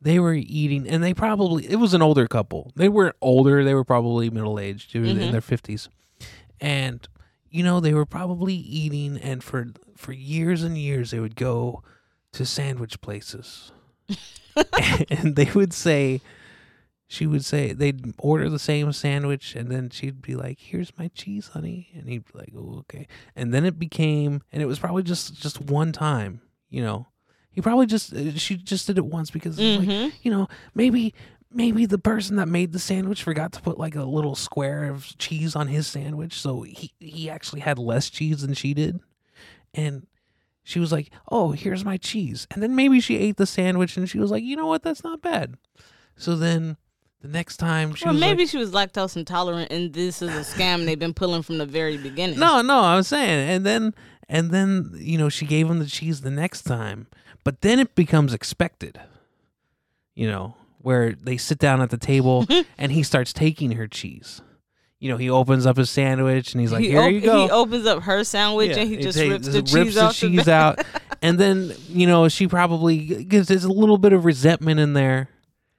Speaker 2: they were eating and they probably it was an older couple. They were older, they were probably middle aged, in their fifties. and you know they were probably eating and for for years and years they would go to sandwich places and they would say she would say they'd order the same sandwich and then she'd be like here's my cheese honey and he'd be like oh okay and then it became and it was probably just just one time you know he probably just uh, she just did it once because it's
Speaker 3: mm-hmm.
Speaker 2: like you know maybe maybe the person that made the sandwich forgot to put like a little square of cheese on his sandwich so he he actually had less cheese than she did and she was like oh here's my cheese and then maybe she ate the sandwich and she was like you know what that's not bad so then The next time she
Speaker 3: Well,
Speaker 2: was like-
Speaker 3: maybe she was lactose intolerant, and this is a scam they've been pulling from the very beginning.
Speaker 2: No, no, I was saying, and then and then you know she gave him the cheese the next time, but then it becomes expected. You know where they sit down at the table and he starts taking her cheese. You know he opens up his sandwich and he's like,
Speaker 3: he,
Speaker 2: "Here
Speaker 3: op-
Speaker 2: you go."
Speaker 3: he opens up her sandwich
Speaker 2: Yeah,
Speaker 3: and he just
Speaker 2: ta-
Speaker 3: rips the
Speaker 2: rips
Speaker 3: cheese
Speaker 2: the
Speaker 3: off the
Speaker 2: cheese
Speaker 3: back.
Speaker 2: out, and then you know she probably because there's a little bit of resentment in there.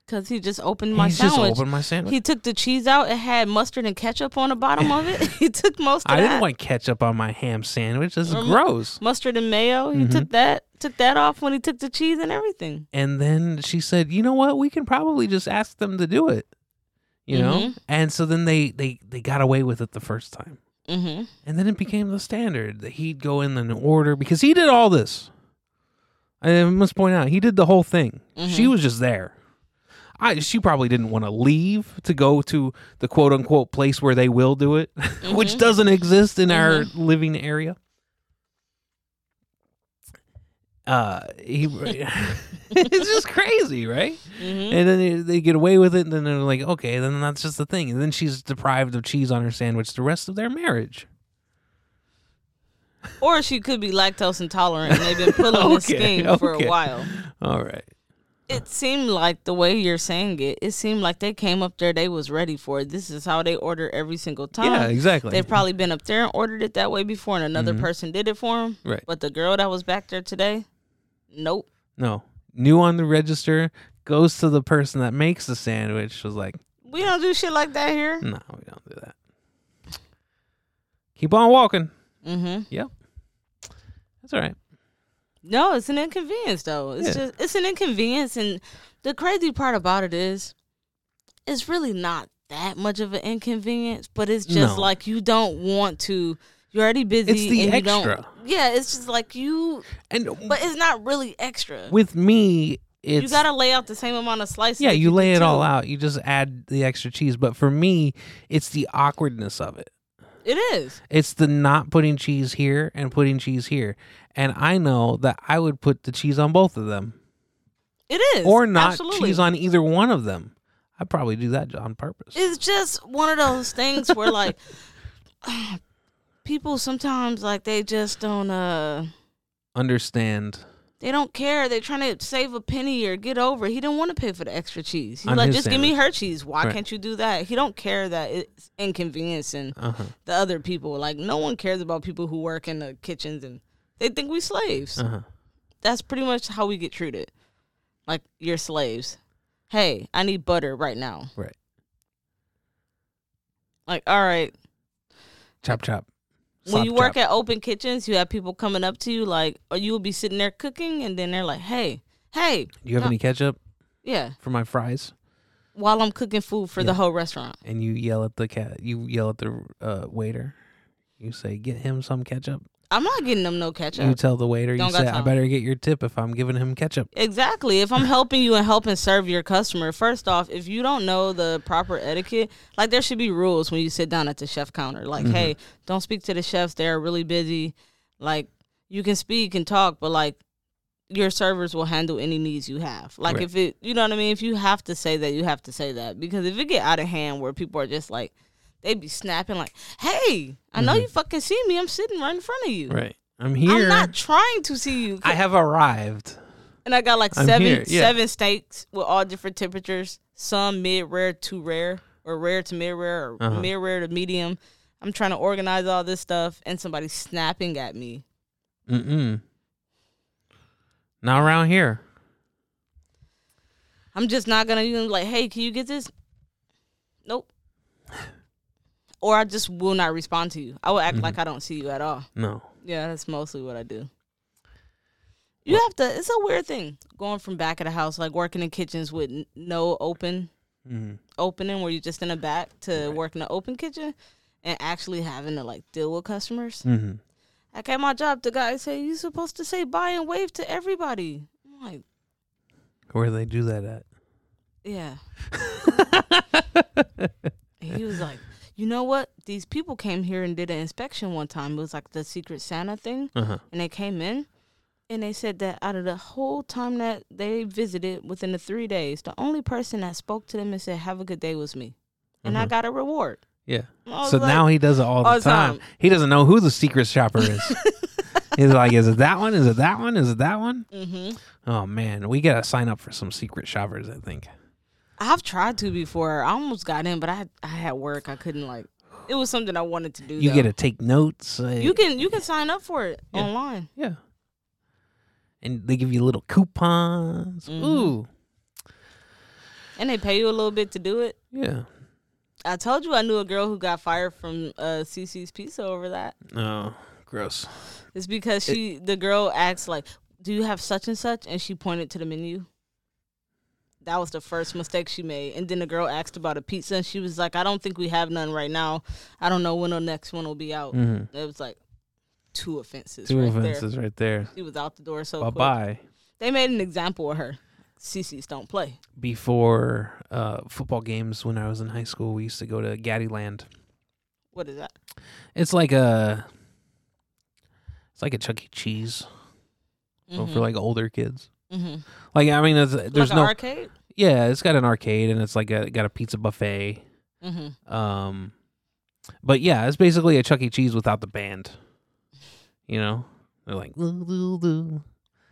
Speaker 3: because he just opened my
Speaker 2: he's
Speaker 3: sandwich.
Speaker 2: just opened my sandwich.
Speaker 3: he took the cheese out. It had mustard and ketchup on the bottom of it. he took most of
Speaker 2: I didn't
Speaker 3: that. Um,
Speaker 2: want ketchup on my ham sandwich. This is gross.
Speaker 3: mustard and mayo. He
Speaker 2: Mm-hmm.
Speaker 3: took that took that off when he took the cheese and everything.
Speaker 2: And then she said, "You know what? We can probably just ask them to do it." You know? And so then they they they got away with it the first time.
Speaker 3: Mm-hmm.
Speaker 2: And then it became the standard that he'd go in and order because he did all this. I must point out, he did the whole thing. She was just there. I she probably didn't want to leave to go to the quote unquote place where they will do it, which doesn't exist in our living area. Uh, he, it's just crazy, right? And then they, they get away with it, and then they're like, okay, then that's just the thing. And then she's deprived of cheese on her sandwich the rest of their marriage.
Speaker 3: Or she could be lactose intolerant, and they've been pulling this
Speaker 2: Okay,
Speaker 3: scheme for
Speaker 2: okay.
Speaker 3: a while.
Speaker 2: All right.
Speaker 3: It seemed like the way you're saying it, it seemed like they came up there, they was ready for it. This is how they order every single time.
Speaker 2: Yeah, exactly. Mm-hmm.
Speaker 3: They've probably been up there and ordered it that way before, and another person did it for them.
Speaker 2: Right.
Speaker 3: But the girl that was back there today, nope.
Speaker 2: no. New on the register goes to the person that makes the sandwich. Was like,
Speaker 3: We don't do shit like that here.
Speaker 2: no, we don't do that. Keep on walking.
Speaker 3: Mm-hmm.
Speaker 2: Yep. That's all right.
Speaker 3: No, it's an inconvenience though. It's
Speaker 2: Yeah.
Speaker 3: just it's an inconvenience, and the crazy part about it is, it's really not that much of an inconvenience, but it's just
Speaker 2: No.
Speaker 3: like you don't want to. You're already busy.
Speaker 2: It's the
Speaker 3: and you
Speaker 2: extra.
Speaker 3: Don't, yeah, it's just like you,
Speaker 2: And
Speaker 3: but it's not really extra.
Speaker 2: with me, it's
Speaker 3: you gotta lay out the same amount of slices.
Speaker 2: yeah.
Speaker 3: that
Speaker 2: You lay
Speaker 3: did,
Speaker 2: it all
Speaker 3: too.
Speaker 2: out. You just add the extra cheese. But for me, it's the awkwardness of it.
Speaker 3: It is.
Speaker 2: It's the not putting cheese here and putting cheese here. And I know that I would put the cheese on both of them.
Speaker 3: It is.
Speaker 2: or not
Speaker 3: Absolutely.
Speaker 2: cheese on either one of them. I probably do that on purpose.
Speaker 3: it's just one of those things where like people sometimes like they just don't uh
Speaker 2: Understand?
Speaker 3: they don't care they're trying to save a penny or get over it. he didn't want to pay for the extra cheese he's
Speaker 2: On
Speaker 3: like
Speaker 2: his
Speaker 3: just give me her cheese why
Speaker 2: Right.
Speaker 3: can't you do that he don't care that it's inconveniencing
Speaker 2: Uh huh.
Speaker 3: the other people like no one cares about people who work in the kitchens and they think we slaves
Speaker 2: Uh huh.
Speaker 3: that's pretty much how we get treated like you're slaves hey i need butter right now
Speaker 2: Right.
Speaker 3: like all right
Speaker 2: Chop chop.
Speaker 3: when
Speaker 2: Slop
Speaker 3: you work
Speaker 2: chop.
Speaker 3: at open kitchens, you have people coming up to you like, or you will be sitting there cooking, and then they're like, "Hey, hey,
Speaker 2: do you have
Speaker 3: no-
Speaker 2: any ketchup
Speaker 3: yeah."
Speaker 2: for my fries?
Speaker 3: While I'm cooking food for the whole restaurant,
Speaker 2: And you yell at the cat. You yell at the uh, waiter. You say, "Get him some ketchup."
Speaker 3: I'm not getting them no
Speaker 2: You
Speaker 3: ketchup.
Speaker 2: tell the waiter.
Speaker 3: Don't
Speaker 2: you
Speaker 3: got
Speaker 2: say, "I
Speaker 3: time."
Speaker 2: better get your tip if I'm giving him ketchup."
Speaker 3: exactly. If I'm helping you and helping serve your customer, first off, if you don't know the proper etiquette, like there should be rules when you sit down at the chef counter. Like,
Speaker 2: Mm-hmm.
Speaker 3: hey, don't speak to the chefs; they're really busy. Like, you can speak and talk, but like. Your servers will handle any needs you have. Like
Speaker 2: Right.
Speaker 3: if it, you know what I mean. If you have to say that, you have to say that because if it get out of hand, where people are just like, they be snapping like, "Hey, I know you fucking see me. I'm sitting right in front of you.
Speaker 2: Mm-hmm. Right. I'm here.
Speaker 3: I'm not trying to see you.
Speaker 2: I have arrived.
Speaker 3: And I got like
Speaker 2: I'm
Speaker 3: seven
Speaker 2: here, yeah.
Speaker 3: seven steaks with all different temperatures. Some mid rare to rare, or rare to mid rare, or
Speaker 2: Uh-huh.
Speaker 3: mid rare to medium. I'm trying to organize all this stuff, and somebody's snapping at me.
Speaker 2: Mm mm. Not around here.
Speaker 3: I'm just not gonna even like, hey, can you get this? Nope. Or I just will not respond to you. I will act
Speaker 2: Mm-hmm.
Speaker 3: like I don't see you at all.
Speaker 2: No.
Speaker 3: Yeah, that's mostly what I do. You have to. It's a weird thing going from back of the house, like working in kitchens with n- no open
Speaker 2: Mm.
Speaker 3: opening where you're just in the back to work in the open kitchen and actually having to like deal with customers.
Speaker 2: Mm-hmm.
Speaker 3: Like at my job, the guy say you supposed to say bye and wave to everybody. I'm like,
Speaker 2: Where they do that at?
Speaker 3: yeah. And he was like, you know what? These people came here and did an inspection one time. It was like the Secret Santa thing,
Speaker 2: Uh huh.
Speaker 3: and they came in. And they said that out of the whole time that they visited within the three days, the only person that spoke to them and said, Have a good day was me. And I got a reward.
Speaker 2: Yeah.
Speaker 3: I was
Speaker 2: So
Speaker 3: like-
Speaker 2: now he does it all,
Speaker 3: all
Speaker 2: the time.
Speaker 3: time.
Speaker 2: He doesn't know who the secret shopper is. He's like, is it that one? Is it that one? Is it that one?
Speaker 3: Mhm.
Speaker 2: Oh man, we gotta sign up for some secret shoppers. I think.
Speaker 3: I've tried to before. I almost got in, but I I had work. I couldn't like. It was something I wanted to do.
Speaker 2: You get
Speaker 3: though.
Speaker 2: to take notes. uh,
Speaker 3: You can you can sign up for it
Speaker 2: Yeah.
Speaker 3: online.
Speaker 2: Yeah. And they give you little coupons.
Speaker 3: Mhm.
Speaker 2: Ooh.
Speaker 3: and they pay you a little bit to do it.
Speaker 2: Yeah.
Speaker 3: I told you I knew a girl who got fired from uh, CC's Pizza over that.
Speaker 2: Oh, gross.
Speaker 3: It's because she the girl asked like, "Do you have such and such?" and she pointed to the menu. That was the first mistake she made. And then the girl asked about a pizza, and she was like, "I don't think we have none right now. I don't know when the next one will be out."
Speaker 2: Mm-hmm.
Speaker 3: It was like two offenses.
Speaker 2: Two
Speaker 3: Oh, right There.
Speaker 2: offenses right there.
Speaker 3: She was out the door so
Speaker 2: Bye
Speaker 3: quick.
Speaker 2: bye.
Speaker 3: They made an example of her. CC's don't play.
Speaker 2: Before uh, football games, when I was in high school, we used to go to Gaddyland.
Speaker 3: What is that?
Speaker 2: It's like a, it's like a Chuck E. Cheese but
Speaker 3: Mhm.
Speaker 2: for like older kids.
Speaker 3: Mhm.
Speaker 2: Like I mean, it's, there's
Speaker 3: like
Speaker 2: no
Speaker 3: an arcade.
Speaker 2: yeah. It's got an arcade and it's like a, got a pizza buffet.
Speaker 3: hmm
Speaker 2: Um, but yeah, it's basically a Chuck E. Cheese without the band. You know, they're like "Loo, loo, loo."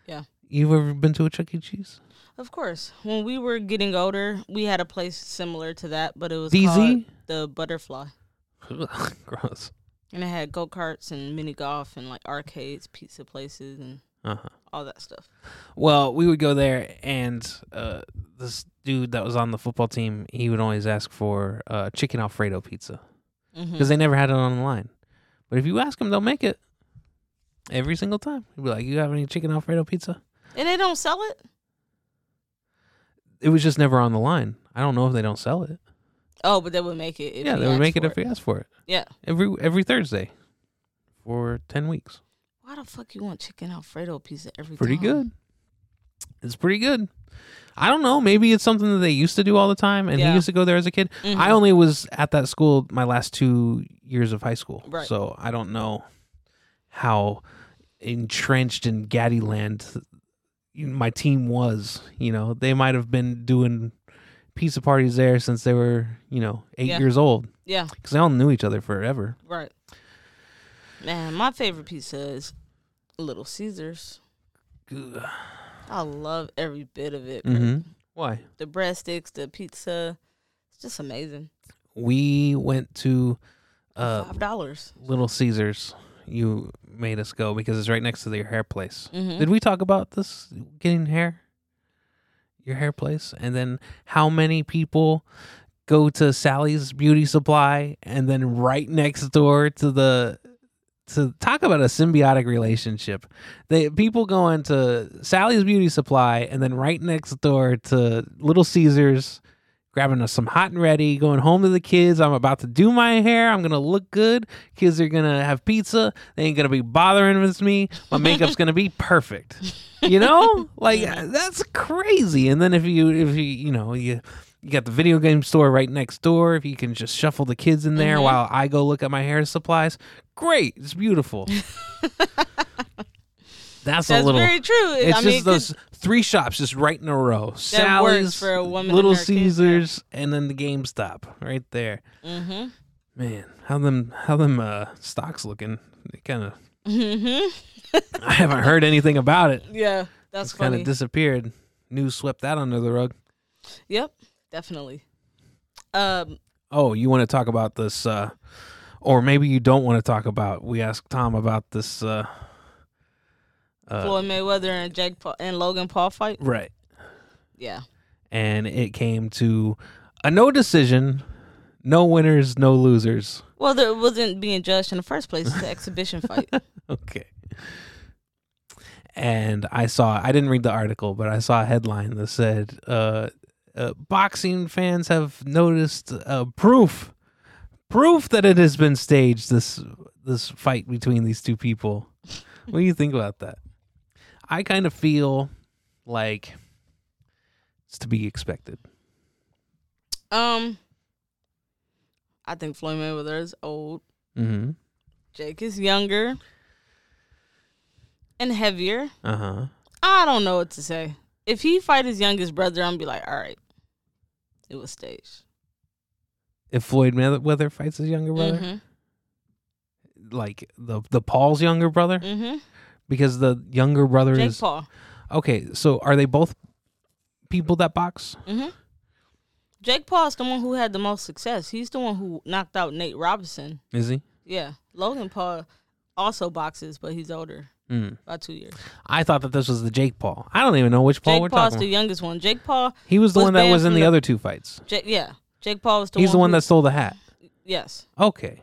Speaker 3: Yeah.
Speaker 2: You've ever been to a Chuck E. Cheese?
Speaker 3: Of course. When we were getting older, we had a place similar to that, but it was called
Speaker 2: DZ?
Speaker 3: the Butterfly,
Speaker 2: Gross.
Speaker 3: and it had go karts and mini golf and like arcades, pizza places, and
Speaker 2: Uh huh.
Speaker 3: all that stuff.
Speaker 2: Well, we would go there, and uh, this dude that was on the football team, he would always ask for uh, chicken Alfredo pizza
Speaker 3: hmm
Speaker 2: because they never had it on the line. But if you ask him, they'll make it every single time. He'd be like, "You have any chicken Alfredo pizza?"
Speaker 3: And they don't sell it.
Speaker 2: It was just never on the line. I don't know if they don't sell it.
Speaker 3: Oh, but they would make it. If
Speaker 2: yeah,
Speaker 3: you
Speaker 2: they would
Speaker 3: asked
Speaker 2: make it
Speaker 3: for
Speaker 2: if we asked for it.
Speaker 3: Yeah.
Speaker 2: every every Thursday for ten weeks.
Speaker 3: Why the fuck you want chicken Alfredo pizza every
Speaker 2: Pretty
Speaker 3: time?
Speaker 2: good. It's pretty good. I don't know. Maybe it's something that they used to do all the time, and
Speaker 3: Yeah.
Speaker 2: he used to go there as a kid.
Speaker 3: Mhm.
Speaker 2: I only was at that school my last two years of high school,
Speaker 3: Right.
Speaker 2: so I don't know how entrenched in Gaddyland my team was. You know, they might have been doing pizza parties there since they were, you know, eight
Speaker 3: Yeah.
Speaker 2: years old
Speaker 3: Yeah.
Speaker 2: because they all knew each other forever.
Speaker 3: Right. Man, my favorite pizza is Little Caesars.
Speaker 2: Ugh.
Speaker 3: I love every bit of it. bro.
Speaker 2: Mhm. Why?
Speaker 3: The breadsticks, the pizza. It's just amazing.
Speaker 2: we went to uh,
Speaker 3: Five dollars.
Speaker 2: Little Caesars. You made us go because it's right next to your hair place.
Speaker 3: Mhm.
Speaker 2: Did we talk about this getting hair? Your hair place, and then how many people go to Sally's Beauty Supply, and then right next door to the to talk about a symbiotic relationship. They people go into Sally's Beauty Supply, and then right next door to Little Caesars, grabbing us some hot and ready, going home to the kids. I'm about to do my hair. I'm gonna look good. Kids are gonna have pizza. They ain't gonna be bothering with me. My makeup's gonna be perfect. You know, like that's crazy. And then if you if you you know you. You got the video game store right next door. If you can just shuffle the kids in there while I go look at my hair supplies, great. It's beautiful. That's,
Speaker 3: That's
Speaker 2: a little.
Speaker 3: very true.
Speaker 2: It's
Speaker 3: I
Speaker 2: just
Speaker 3: mean, it could-
Speaker 2: those three shops just right in a row.
Speaker 3: That works
Speaker 2: Sally's,
Speaker 3: for a woman
Speaker 2: Little
Speaker 3: and her kids,
Speaker 2: Caesars, and then the GameStop right there.
Speaker 3: Mhm.
Speaker 2: Man, how them how them uh, stocks looking? It kind of
Speaker 3: Mhm.
Speaker 2: I haven't heard anything about it.
Speaker 3: Yeah, that's
Speaker 2: It's kind
Speaker 3: funny.
Speaker 2: of disappeared. News swept that under the rug.
Speaker 3: yep, definitely. Um,
Speaker 2: Oh, you want to talk about this? Uh, or maybe you don't want to talk about. We asked Tom about this. Uh, uh,
Speaker 3: Floyd Mayweather and Jake Paul and Logan Paul fight.
Speaker 2: right,
Speaker 3: Yeah,
Speaker 2: and it came to a no decision, no winners, no losers.
Speaker 3: well, there wasn't being judged in the first place. It's an exhibition fight.
Speaker 2: Okay. And I saw, I didn't read the article, but I saw a headline that said, uh, uh, boxing fans have noticed uh, proof, proof that it has been staged. This this fight between these two people. what do you think about that? I kind of feel like it's to be expected.
Speaker 3: Um, I think Floyd Mayweather is old.
Speaker 2: Mm-hmm.
Speaker 3: Jake is younger. and heavier.
Speaker 2: Uh huh.
Speaker 3: I don't know what to say. If he fight his youngest brother, I'm be like, all right, it was staged.
Speaker 2: If Floyd Mayweather fights his younger brother,
Speaker 3: Mm-hmm.
Speaker 2: like the the Paul's younger brother,
Speaker 3: Mm-hmm.
Speaker 2: because the younger brother
Speaker 3: Jake
Speaker 2: is
Speaker 3: Paul.
Speaker 2: okay. So are they both people that box?
Speaker 3: Mm-hmm. Jake Paul's the one who had the most success. He's the one who knocked out Nate Robinson.
Speaker 2: Is he?
Speaker 3: Yeah, Logan Paul also boxes, but he's older
Speaker 2: Mm.
Speaker 3: by two years.
Speaker 2: I thought that this was the Jake Paul. I don't even know which Paul we're
Speaker 3: Jake Paul's
Speaker 2: talking.
Speaker 3: the
Speaker 2: about.
Speaker 3: youngest one. Jake Paul.
Speaker 2: He was the
Speaker 3: was
Speaker 2: one that
Speaker 3: banned
Speaker 2: was in
Speaker 3: from
Speaker 2: the,
Speaker 3: the-
Speaker 2: other two fights.
Speaker 3: Jake, yeah, Jake Paul was the
Speaker 2: He's
Speaker 3: one.
Speaker 2: the one
Speaker 3: who-
Speaker 2: that stole the hat.
Speaker 3: yes.
Speaker 2: Okay,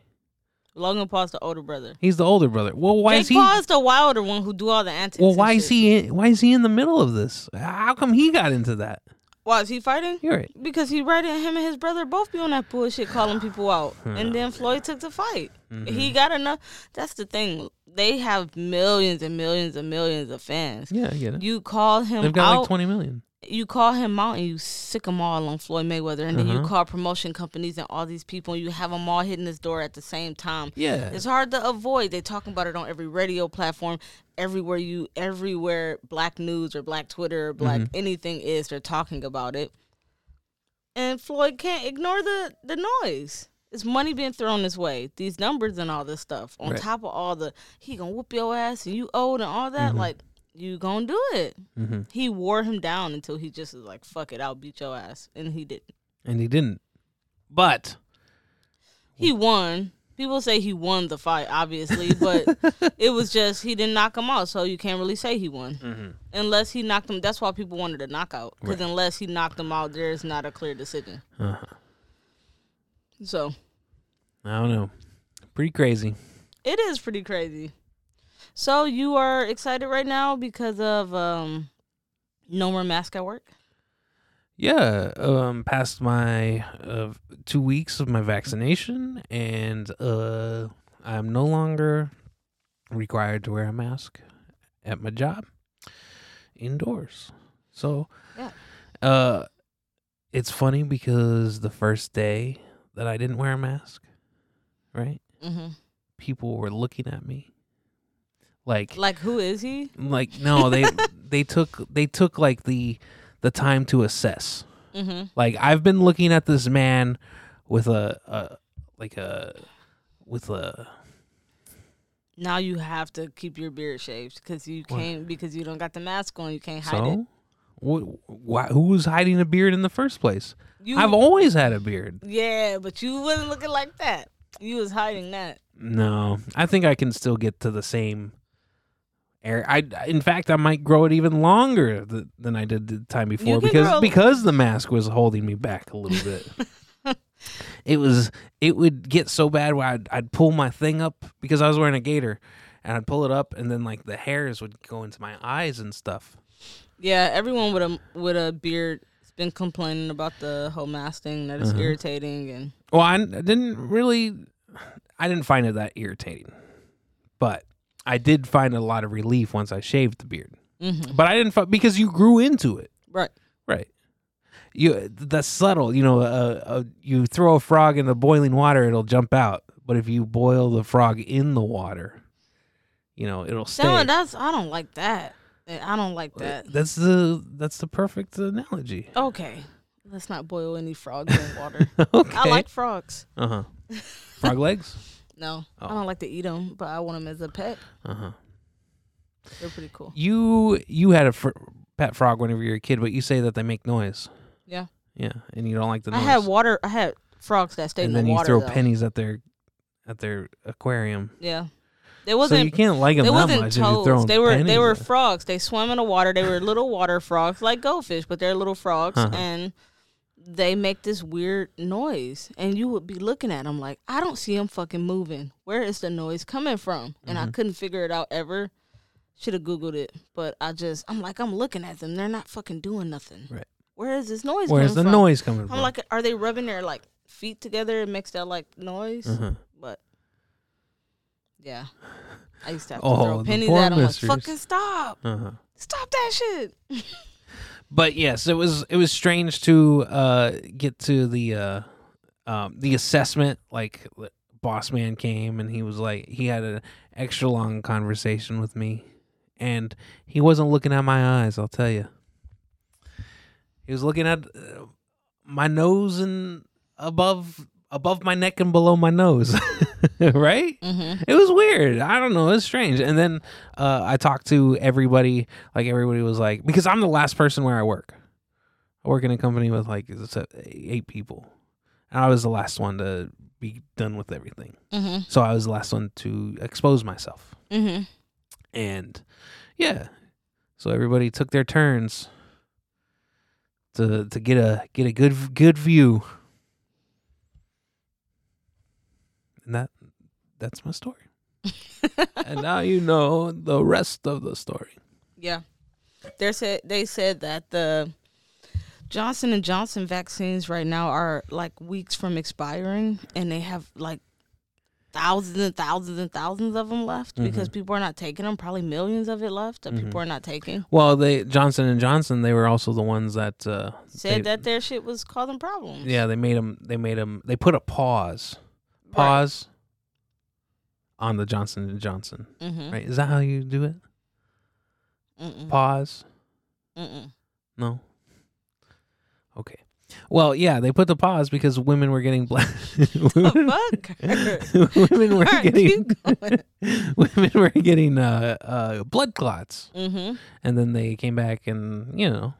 Speaker 3: Logan Paul's the older brother.
Speaker 2: he's the older brother. Well, why
Speaker 3: Jake
Speaker 2: is he?
Speaker 3: Paul is the wilder one who do all the antics.
Speaker 2: well,
Speaker 3: and
Speaker 2: why is
Speaker 3: shit.
Speaker 2: he? In, why is he in the middle of this? How come he got into that?
Speaker 3: Why is he fighting?
Speaker 2: You're right.
Speaker 3: Because he right and him and his brother both be on that bullshit calling people out. And then Floyd took the fight. He got enough that's the thing. They have millions and millions and millions of fans.
Speaker 2: Yeah, I get it.
Speaker 3: You call him
Speaker 2: They've got
Speaker 3: out
Speaker 2: like twenty million.
Speaker 3: you call him out and you sick them all on Floyd Mayweather and
Speaker 2: Uh-huh.
Speaker 3: then you call promotion companies and all these people and you have them all hitting his door at the same time.
Speaker 2: Yeah.
Speaker 3: It's hard to avoid. They talking about it on every radio platform, everywhere you everywhere black news or black Twitter or black
Speaker 2: Mm-hmm.
Speaker 3: anything is, they're talking about it. And Floyd can't ignore the the noise. It's money being thrown his way, these numbers and all this stuff. On
Speaker 2: Right.
Speaker 3: top of all the he gonna whoop your ass and you old and all
Speaker 2: Mm-hmm.
Speaker 3: that, like you gonna do it. He wore him down until he just was like, "Fuck it, I'll beat your ass," and he didn't.
Speaker 2: and he didn't. But
Speaker 3: He won. People say he won the fight, obviously, but it was just he didn't knock him out, so you can't really say he won. Unless he knocked him, that's why people wanted a knockout. Because unless he knocked him out, there's not a clear decision. So
Speaker 2: I don't know. Pretty crazy.
Speaker 3: it is pretty crazy. So you are excited right now because of um, no more mask at work.
Speaker 2: Yeah, um, past my uh, two weeks of my vaccination, and uh, I'm no longer required to wear a mask at my job indoors. So,
Speaker 3: Yeah.
Speaker 2: uh, it's funny because the first day that I didn't wear a mask, right,
Speaker 3: hmm
Speaker 2: people were looking at me like,
Speaker 3: Like who is he?
Speaker 2: like no, they they took they took like the the time to assess.
Speaker 3: hmm
Speaker 2: Like I've been looking at this man with a, a like a with a
Speaker 3: Now you have to keep your beard shaved because you can't because you don't got the mask on. You can't hide it.
Speaker 2: so. Wh- why, who was hiding a beard in the first place?
Speaker 3: You,
Speaker 2: I've always had a beard.
Speaker 3: Yeah, but you wasn't looking like that. You was hiding that.
Speaker 2: No, I think I can still get to the same air. I, in fact, I might grow it even longer th- than I did the time before
Speaker 3: can
Speaker 2: because
Speaker 3: grow-
Speaker 2: because the mask was holding me back a little bit. it was it would get so bad where I'd, I'd pull my thing up because I was wearing a gator, and I'd pull it up, and then like the hairs would go into my eyes and stuff.
Speaker 3: Yeah, everyone with a with a beard has been complaining about the whole mask thing that it's
Speaker 2: Uh-huh.
Speaker 3: irritating and
Speaker 2: Well, I n- I didn't really, I didn't find it that irritating, but I did find a lot of relief once I shaved the beard. But I didn't fi- because you grew into it,
Speaker 3: mm-hmm, right.
Speaker 2: right? You the subtle, you know, uh, uh, you throw a frog in the boiling water, it'll jump out. But if you boil the frog in the water, you know, it'll stay.
Speaker 3: That, that's I don't like that. Eh, I don't like that.
Speaker 2: that's the that's the perfect analogy.
Speaker 3: Okay, let's not boil any frogs in water.
Speaker 2: okay.
Speaker 3: I like frogs.
Speaker 2: uh huh. Frog legs.
Speaker 3: No,
Speaker 2: Oh.
Speaker 3: I don't like to eat them, but I want them as a pet.
Speaker 2: Uh huh.
Speaker 3: They're pretty cool.
Speaker 2: You you had a fr- pet frog whenever you were a kid, but you say that they make noise.
Speaker 3: Yeah,
Speaker 2: Yeah, and you don't like the noise.
Speaker 3: I had water. I had frogs that stayed
Speaker 2: and
Speaker 3: in
Speaker 2: then
Speaker 3: the
Speaker 2: you
Speaker 3: water.
Speaker 2: throw
Speaker 3: though.
Speaker 2: pennies at their at their aquarium.
Speaker 3: Yeah, it
Speaker 2: So
Speaker 3: wasn't.
Speaker 2: you can't like them
Speaker 3: They
Speaker 2: that
Speaker 3: wasn't
Speaker 2: much if you're
Speaker 3: toads.
Speaker 2: throwing
Speaker 3: They were
Speaker 2: pennies
Speaker 3: they were
Speaker 2: at-
Speaker 3: frogs. They swam in the water. They were little water frogs, like goldfish, but they're little frogs,
Speaker 2: Uh-huh.
Speaker 3: and they make this weird noise. And you would be looking at them like, I don't see them fucking moving. Where is the noise coming from? And
Speaker 2: Mm-hmm.
Speaker 3: I couldn't figure it out ever. Should have googled it, but I just I'm like I'm looking at them. They're not fucking doing nothing.
Speaker 2: Right.
Speaker 3: Where is this noise?
Speaker 2: Where's the
Speaker 3: coming from?
Speaker 2: noise coming from?
Speaker 3: I'm like, are they rubbing their like feet together and makes that like
Speaker 2: Mm-hmm.
Speaker 3: noise?
Speaker 2: Uh-huh,
Speaker 3: But yeah, I used to have to
Speaker 2: Oh,
Speaker 3: throw
Speaker 2: the
Speaker 3: pennies
Speaker 2: poor
Speaker 3: at them. Like,
Speaker 2: misters.
Speaker 3: fucking stop,
Speaker 2: uh-huh.
Speaker 3: stop that shit.
Speaker 2: But yes, it was it was strange to uh, get to the uh, um, the assessment. Like the boss man came and he was like he had an extra long conversation with me, and he wasn't looking at my eyes. I'll tell you, he was looking at uh, my nose and above above my neck and below my nose. right?
Speaker 3: Mm-hmm.
Speaker 2: It was weird. I don't know. It's strange. And then uh, I talked to everybody. Like everybody was like, because I'm the last person where I work. I work in a company with like it's, uh, eight people, and I was the last one to be done with everything.
Speaker 3: Mm-hmm.
Speaker 2: So I was the last one to expose myself.
Speaker 3: Mm-hmm.
Speaker 2: And yeah. So everybody took their turns to to get a get a good good view. And that that's my story. and now you know the rest of the story.
Speaker 3: Yeah. They said they said that the Johnson and Johnson vaccines right now are like weeks from expiring and they have like thousands and thousands and thousands of them left
Speaker 2: Mm-hmm.
Speaker 3: because people are not taking them, probably millions of it left that people are not taking.
Speaker 2: Well, they Johnson and Johnson, they were also the ones that uh
Speaker 3: Said
Speaker 2: they-
Speaker 3: that their shit was causing problems.
Speaker 2: yeah, they made them they made them they put a pause.
Speaker 3: Right.
Speaker 2: Pause on the Johnson and Johnson.
Speaker 3: Mhm.
Speaker 2: Right? Is that how you do it?
Speaker 3: Mm-mm.
Speaker 2: Pause.
Speaker 3: Mm-mm.
Speaker 2: No. Okay. Well, yeah, they put the pause because women were getting black. women,
Speaker 3: Fuck.
Speaker 2: women were
Speaker 3: Alright,
Speaker 2: getting
Speaker 3: keep going.
Speaker 2: women were getting uh, uh, blood clots,
Speaker 3: hmm
Speaker 2: and then they came back and you know,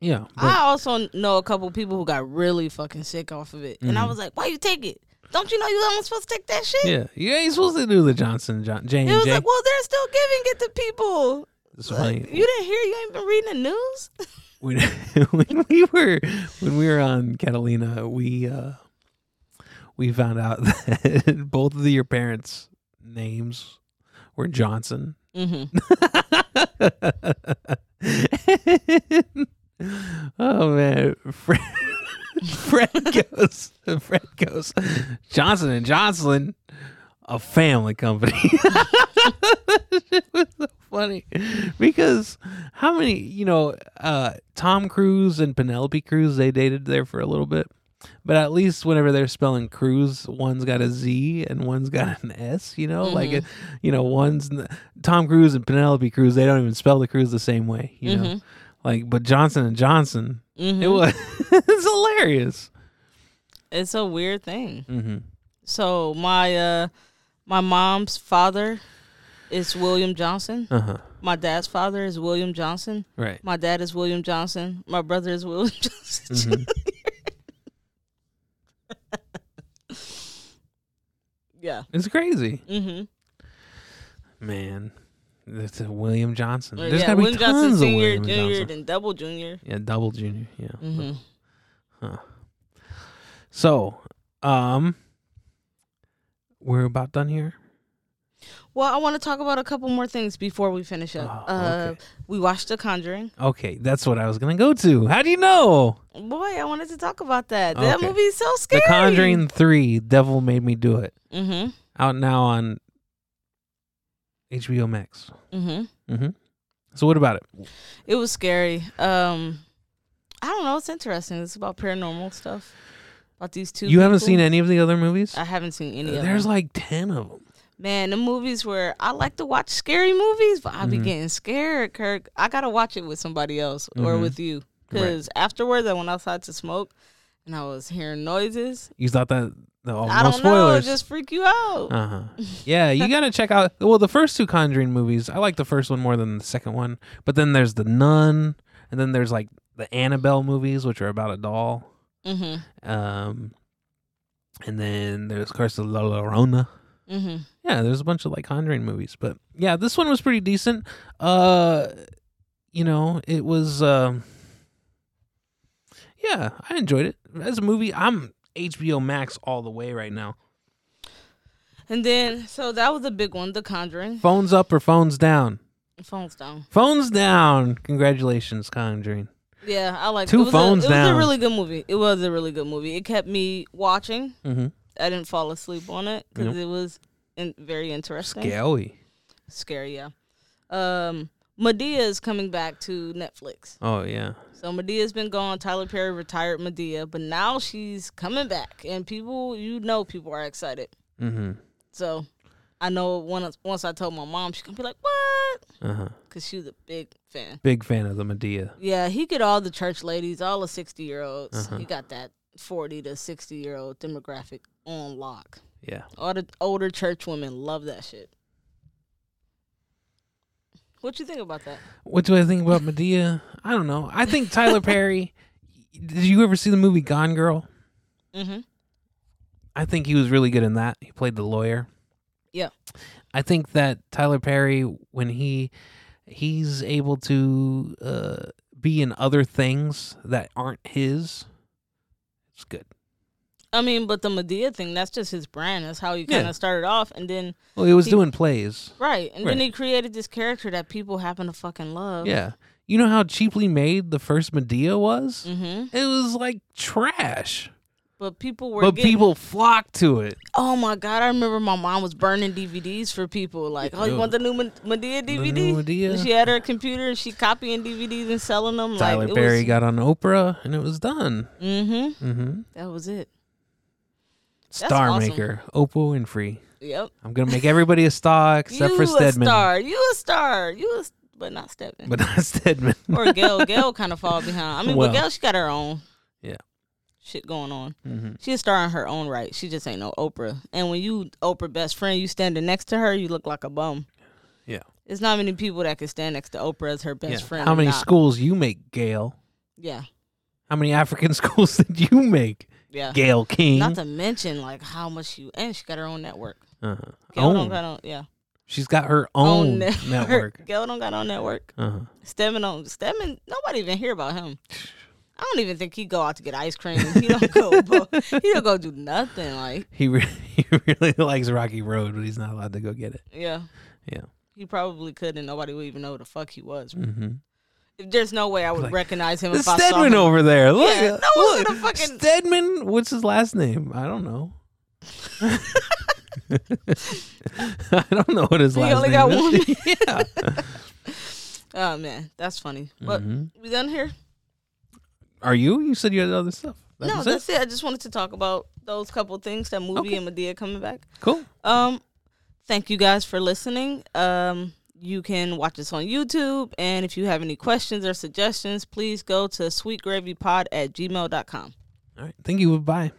Speaker 2: yeah, but-
Speaker 3: I also know a couple people who got really fucking sick off of it, and I
Speaker 2: Mhm.
Speaker 3: was like, "Why you take it? Don't you know you don't supposed to take that shit?"
Speaker 2: yeah, you ain't supposed to do the Johnson John J
Speaker 3: It
Speaker 2: and
Speaker 3: was
Speaker 2: J.
Speaker 3: like, well, they're still giving it to people.
Speaker 2: It's
Speaker 3: Like,
Speaker 2: funny.
Speaker 3: you didn't hear? You ain't been reading the news.
Speaker 2: when, when we were when we were on Catalina, we uh, we found out that both of your parents' names were Johnson.
Speaker 3: Mm-hmm.
Speaker 2: oh man, Fred, Fred goes. Fred goes. Johnson and Johnson, a family company. it was so funny because how many you know uh, Tom Cruise and Penelope Cruz they dated there for a little bit. But at least whenever they're spelling Cruz, one's got a Z and one's got an S. You
Speaker 3: Mm-hmm.
Speaker 2: know, like it- you know, one's n- Tom Cruise and Penelope Cruz. They don't even spell the Cruz the same way. You know,
Speaker 3: Mm-hmm.
Speaker 2: like but Johnson and Johnson. It was it's hilarious.
Speaker 3: It's a weird thing.
Speaker 2: Mm-hmm.
Speaker 3: So my uh, my mom's father is William Johnson.
Speaker 2: Uh huh.
Speaker 3: My dad's father is William Johnson.
Speaker 2: Right.
Speaker 3: My dad is William Johnson. My brother is William Johnson.
Speaker 2: Mm-hmm.
Speaker 3: yeah.
Speaker 2: It's crazy,
Speaker 3: Mm-hmm.
Speaker 2: man. It's a William Johnson. There's
Speaker 3: yeah,
Speaker 2: gotta be
Speaker 3: William
Speaker 2: tons
Speaker 3: Johnson
Speaker 2: of
Speaker 3: Senior,
Speaker 2: William
Speaker 3: Junior,
Speaker 2: Johnson.
Speaker 3: then Double Junior.
Speaker 2: Yeah, double junior. Yeah.
Speaker 3: Mm-hmm.
Speaker 2: So, um, we're about done here.
Speaker 3: Well, I want to talk about a couple more things before we finish up.
Speaker 2: Oh,
Speaker 3: uh,
Speaker 2: okay.
Speaker 3: We watched The Conjuring.
Speaker 2: Okay, that's what I was gonna go to. How do you know?
Speaker 3: Boy, I wanted to talk about that. That
Speaker 2: Okay.
Speaker 3: movie is so scary.
Speaker 2: The Conjuring Three: Devil Made Me Do It.
Speaker 3: Mm-hmm.
Speaker 2: Out now on HBO Max.
Speaker 3: Mm-hmm.
Speaker 2: hmm So what about it?
Speaker 3: It was scary. Um, I don't know. It's interesting. It's about paranormal stuff. About these two.
Speaker 2: You haven't
Speaker 3: people.
Speaker 2: seen any of the other movies?
Speaker 3: I haven't seen any. of
Speaker 2: There's
Speaker 3: them.
Speaker 2: like ten of them.
Speaker 3: man, the movies where I like to watch scary movies, but I be
Speaker 2: Mm-hmm.
Speaker 3: getting scared, Kirk. I gotta watch it with somebody else or
Speaker 2: Mhm.
Speaker 3: with you, because afterwards I went outside to smoke, and I was hearing noises.
Speaker 2: You thought that? Oh,
Speaker 3: I
Speaker 2: no
Speaker 3: don't know. It
Speaker 2: spoilers.
Speaker 3: just freak you out.
Speaker 2: Uh huh. Yeah, you gotta check out. Well, the first two Conjuring movies, I like the first one more than the second one. But then there's the Nun, and then there's like the Annabelle movies, which are about a doll.
Speaker 3: hmm
Speaker 2: Um, and then there's of course the La Llorona.
Speaker 3: hmm
Speaker 2: Yeah, there's a bunch of like Conjuring movies, but yeah, this one was pretty decent. Uh, you know, it was. Um, yeah, I enjoyed it as a movie. I'm HBO Max all the way right now.
Speaker 3: And then, so that was a big one, The Conjuring.
Speaker 2: Phones up or phones down.
Speaker 3: Phones down.
Speaker 2: Phones down. Congratulations, Conjuring.
Speaker 3: Yeah, I like
Speaker 2: Two
Speaker 3: it was
Speaker 2: phones
Speaker 3: a, it was
Speaker 2: down.
Speaker 3: a really good movie. It was a really good movie. It kept me watching.
Speaker 2: Mm-hmm.
Speaker 3: I didn't fall asleep on it because
Speaker 2: Nope.
Speaker 3: it was in, very interesting.
Speaker 2: Scary.
Speaker 3: Scary, yeah. Um, Medea is coming back to Netflix.
Speaker 2: Oh yeah.
Speaker 3: So Medea's been gone. Tyler Perry retired Medea, but now she's coming back, and people, you know, people are excited.
Speaker 2: Mm-hmm.
Speaker 3: So I know once once I told my mom, she gonna be like, "What?"
Speaker 2: Uh-huh.
Speaker 3: Because she was a big fan.
Speaker 2: Big fan of the Medea.
Speaker 3: Yeah, he get all the church ladies, all the sixty year olds.
Speaker 2: Uh-huh.
Speaker 3: He got that forty to sixty year old demographic on lock.
Speaker 2: Yeah.
Speaker 3: All the older church women love that shit. What you think about that?
Speaker 2: What do I think about Medea? I don't know. I think Tyler Perry. Did you ever see the movie Gone Girl?
Speaker 3: Mm-hmm.
Speaker 2: I think he was really good in that. He played the lawyer.
Speaker 3: Yeah.
Speaker 2: I think that Tyler Perry, when he he's able to uh, be in other things that aren't his, it's good.
Speaker 3: I mean, but the Medea thing—that's just his brand. That's how he
Speaker 2: Yeah.
Speaker 3: kind of started off, and then
Speaker 2: Well, he was
Speaker 3: He-
Speaker 2: doing plays.
Speaker 3: right, and then
Speaker 2: Right.
Speaker 3: he created this character that people happen to fucking love.
Speaker 2: Yeah. You know how cheaply made the first Medea was?
Speaker 3: Mm-hmm.
Speaker 2: It was like trash,
Speaker 3: But people were.
Speaker 2: but
Speaker 3: getting-
Speaker 2: people flocked to it.
Speaker 3: Oh my god! I remember my mom was burning DVDs for people. Like, oh, you
Speaker 2: Yo.
Speaker 3: want the new Ma- Medea
Speaker 2: new
Speaker 3: DVD?
Speaker 2: Madea.
Speaker 3: She had her computer and she copying DVDs and selling them.
Speaker 2: Tyler
Speaker 3: like, it
Speaker 2: Perry got on Oprah, and it was done.
Speaker 3: Was, mm-hmm.
Speaker 2: Mm-hmm.
Speaker 3: That was it.
Speaker 2: Star
Speaker 3: awesome.
Speaker 2: maker, Oprah Winfrey.
Speaker 3: Yep.
Speaker 2: I'm gonna make everybody a star except
Speaker 3: you
Speaker 2: for
Speaker 3: a
Speaker 2: Stedman,
Speaker 3: star. You a star. You a s- but not Stedman.
Speaker 2: but not Stedman.
Speaker 3: or Gail. Gail kind of fall behind. I mean,
Speaker 2: Well.
Speaker 3: but Gail, she got her own.
Speaker 2: Yeah.
Speaker 3: Shit going on.
Speaker 2: Mhm.
Speaker 3: She a star in her own right. She just ain't no Oprah. And when you Oprah best friend, you standing next to her, you look like a bum.
Speaker 2: Yeah.
Speaker 3: There's not many people that can stand next to Oprah as her best
Speaker 2: Yeah.
Speaker 3: friend.
Speaker 2: How many
Speaker 3: Not-
Speaker 2: schools you make, Gail?
Speaker 3: Yeah.
Speaker 2: How many African schools did you make,
Speaker 3: Yeah.
Speaker 2: Gail King?
Speaker 3: Not to mention like how much she and she got her own network.
Speaker 2: uh
Speaker 3: Gail
Speaker 2: Own.
Speaker 3: don't got on yeah.
Speaker 2: She's got her own,
Speaker 3: net-
Speaker 2: network.
Speaker 3: Gail don't got on network.
Speaker 2: Uh-huh.
Speaker 3: Stedman don't Stedman nobody even hear about him. I don't even think he go out to get ice cream. He don't go he don't go do nothing. Like
Speaker 2: He re- he really likes Rocky Road, but he's not allowed to go get it.
Speaker 3: yeah.
Speaker 2: Yeah.
Speaker 3: He probably could and nobody would even know who the fuck he was.
Speaker 2: Mm-hmm.
Speaker 3: If there's no way I would
Speaker 2: Like,
Speaker 3: recognize him
Speaker 2: The
Speaker 3: if I saw
Speaker 2: Stedman
Speaker 3: him.
Speaker 2: over there. Look,
Speaker 3: Yeah, no one's
Speaker 2: look.
Speaker 3: gonna fucking-
Speaker 2: Stedman. What's his last name? I don't know. I don't know what his
Speaker 3: He
Speaker 2: last
Speaker 3: only
Speaker 2: name
Speaker 3: got
Speaker 2: is. yeah.
Speaker 3: Oh man, that's funny. But
Speaker 2: Mhm.
Speaker 3: we done here?
Speaker 2: Are you? You said you had other stuff. That
Speaker 3: no,
Speaker 2: was
Speaker 3: that's it. I just wanted to talk about those couple things that movie
Speaker 2: Okay.
Speaker 3: and Medea coming back.
Speaker 2: Cool.
Speaker 3: Um, thank you guys for listening. Um, you can watch us on YouTube. And if you have any questions or suggestions, please go to sweetgravypod at gmail.com.
Speaker 2: All right. Thank you. Bye.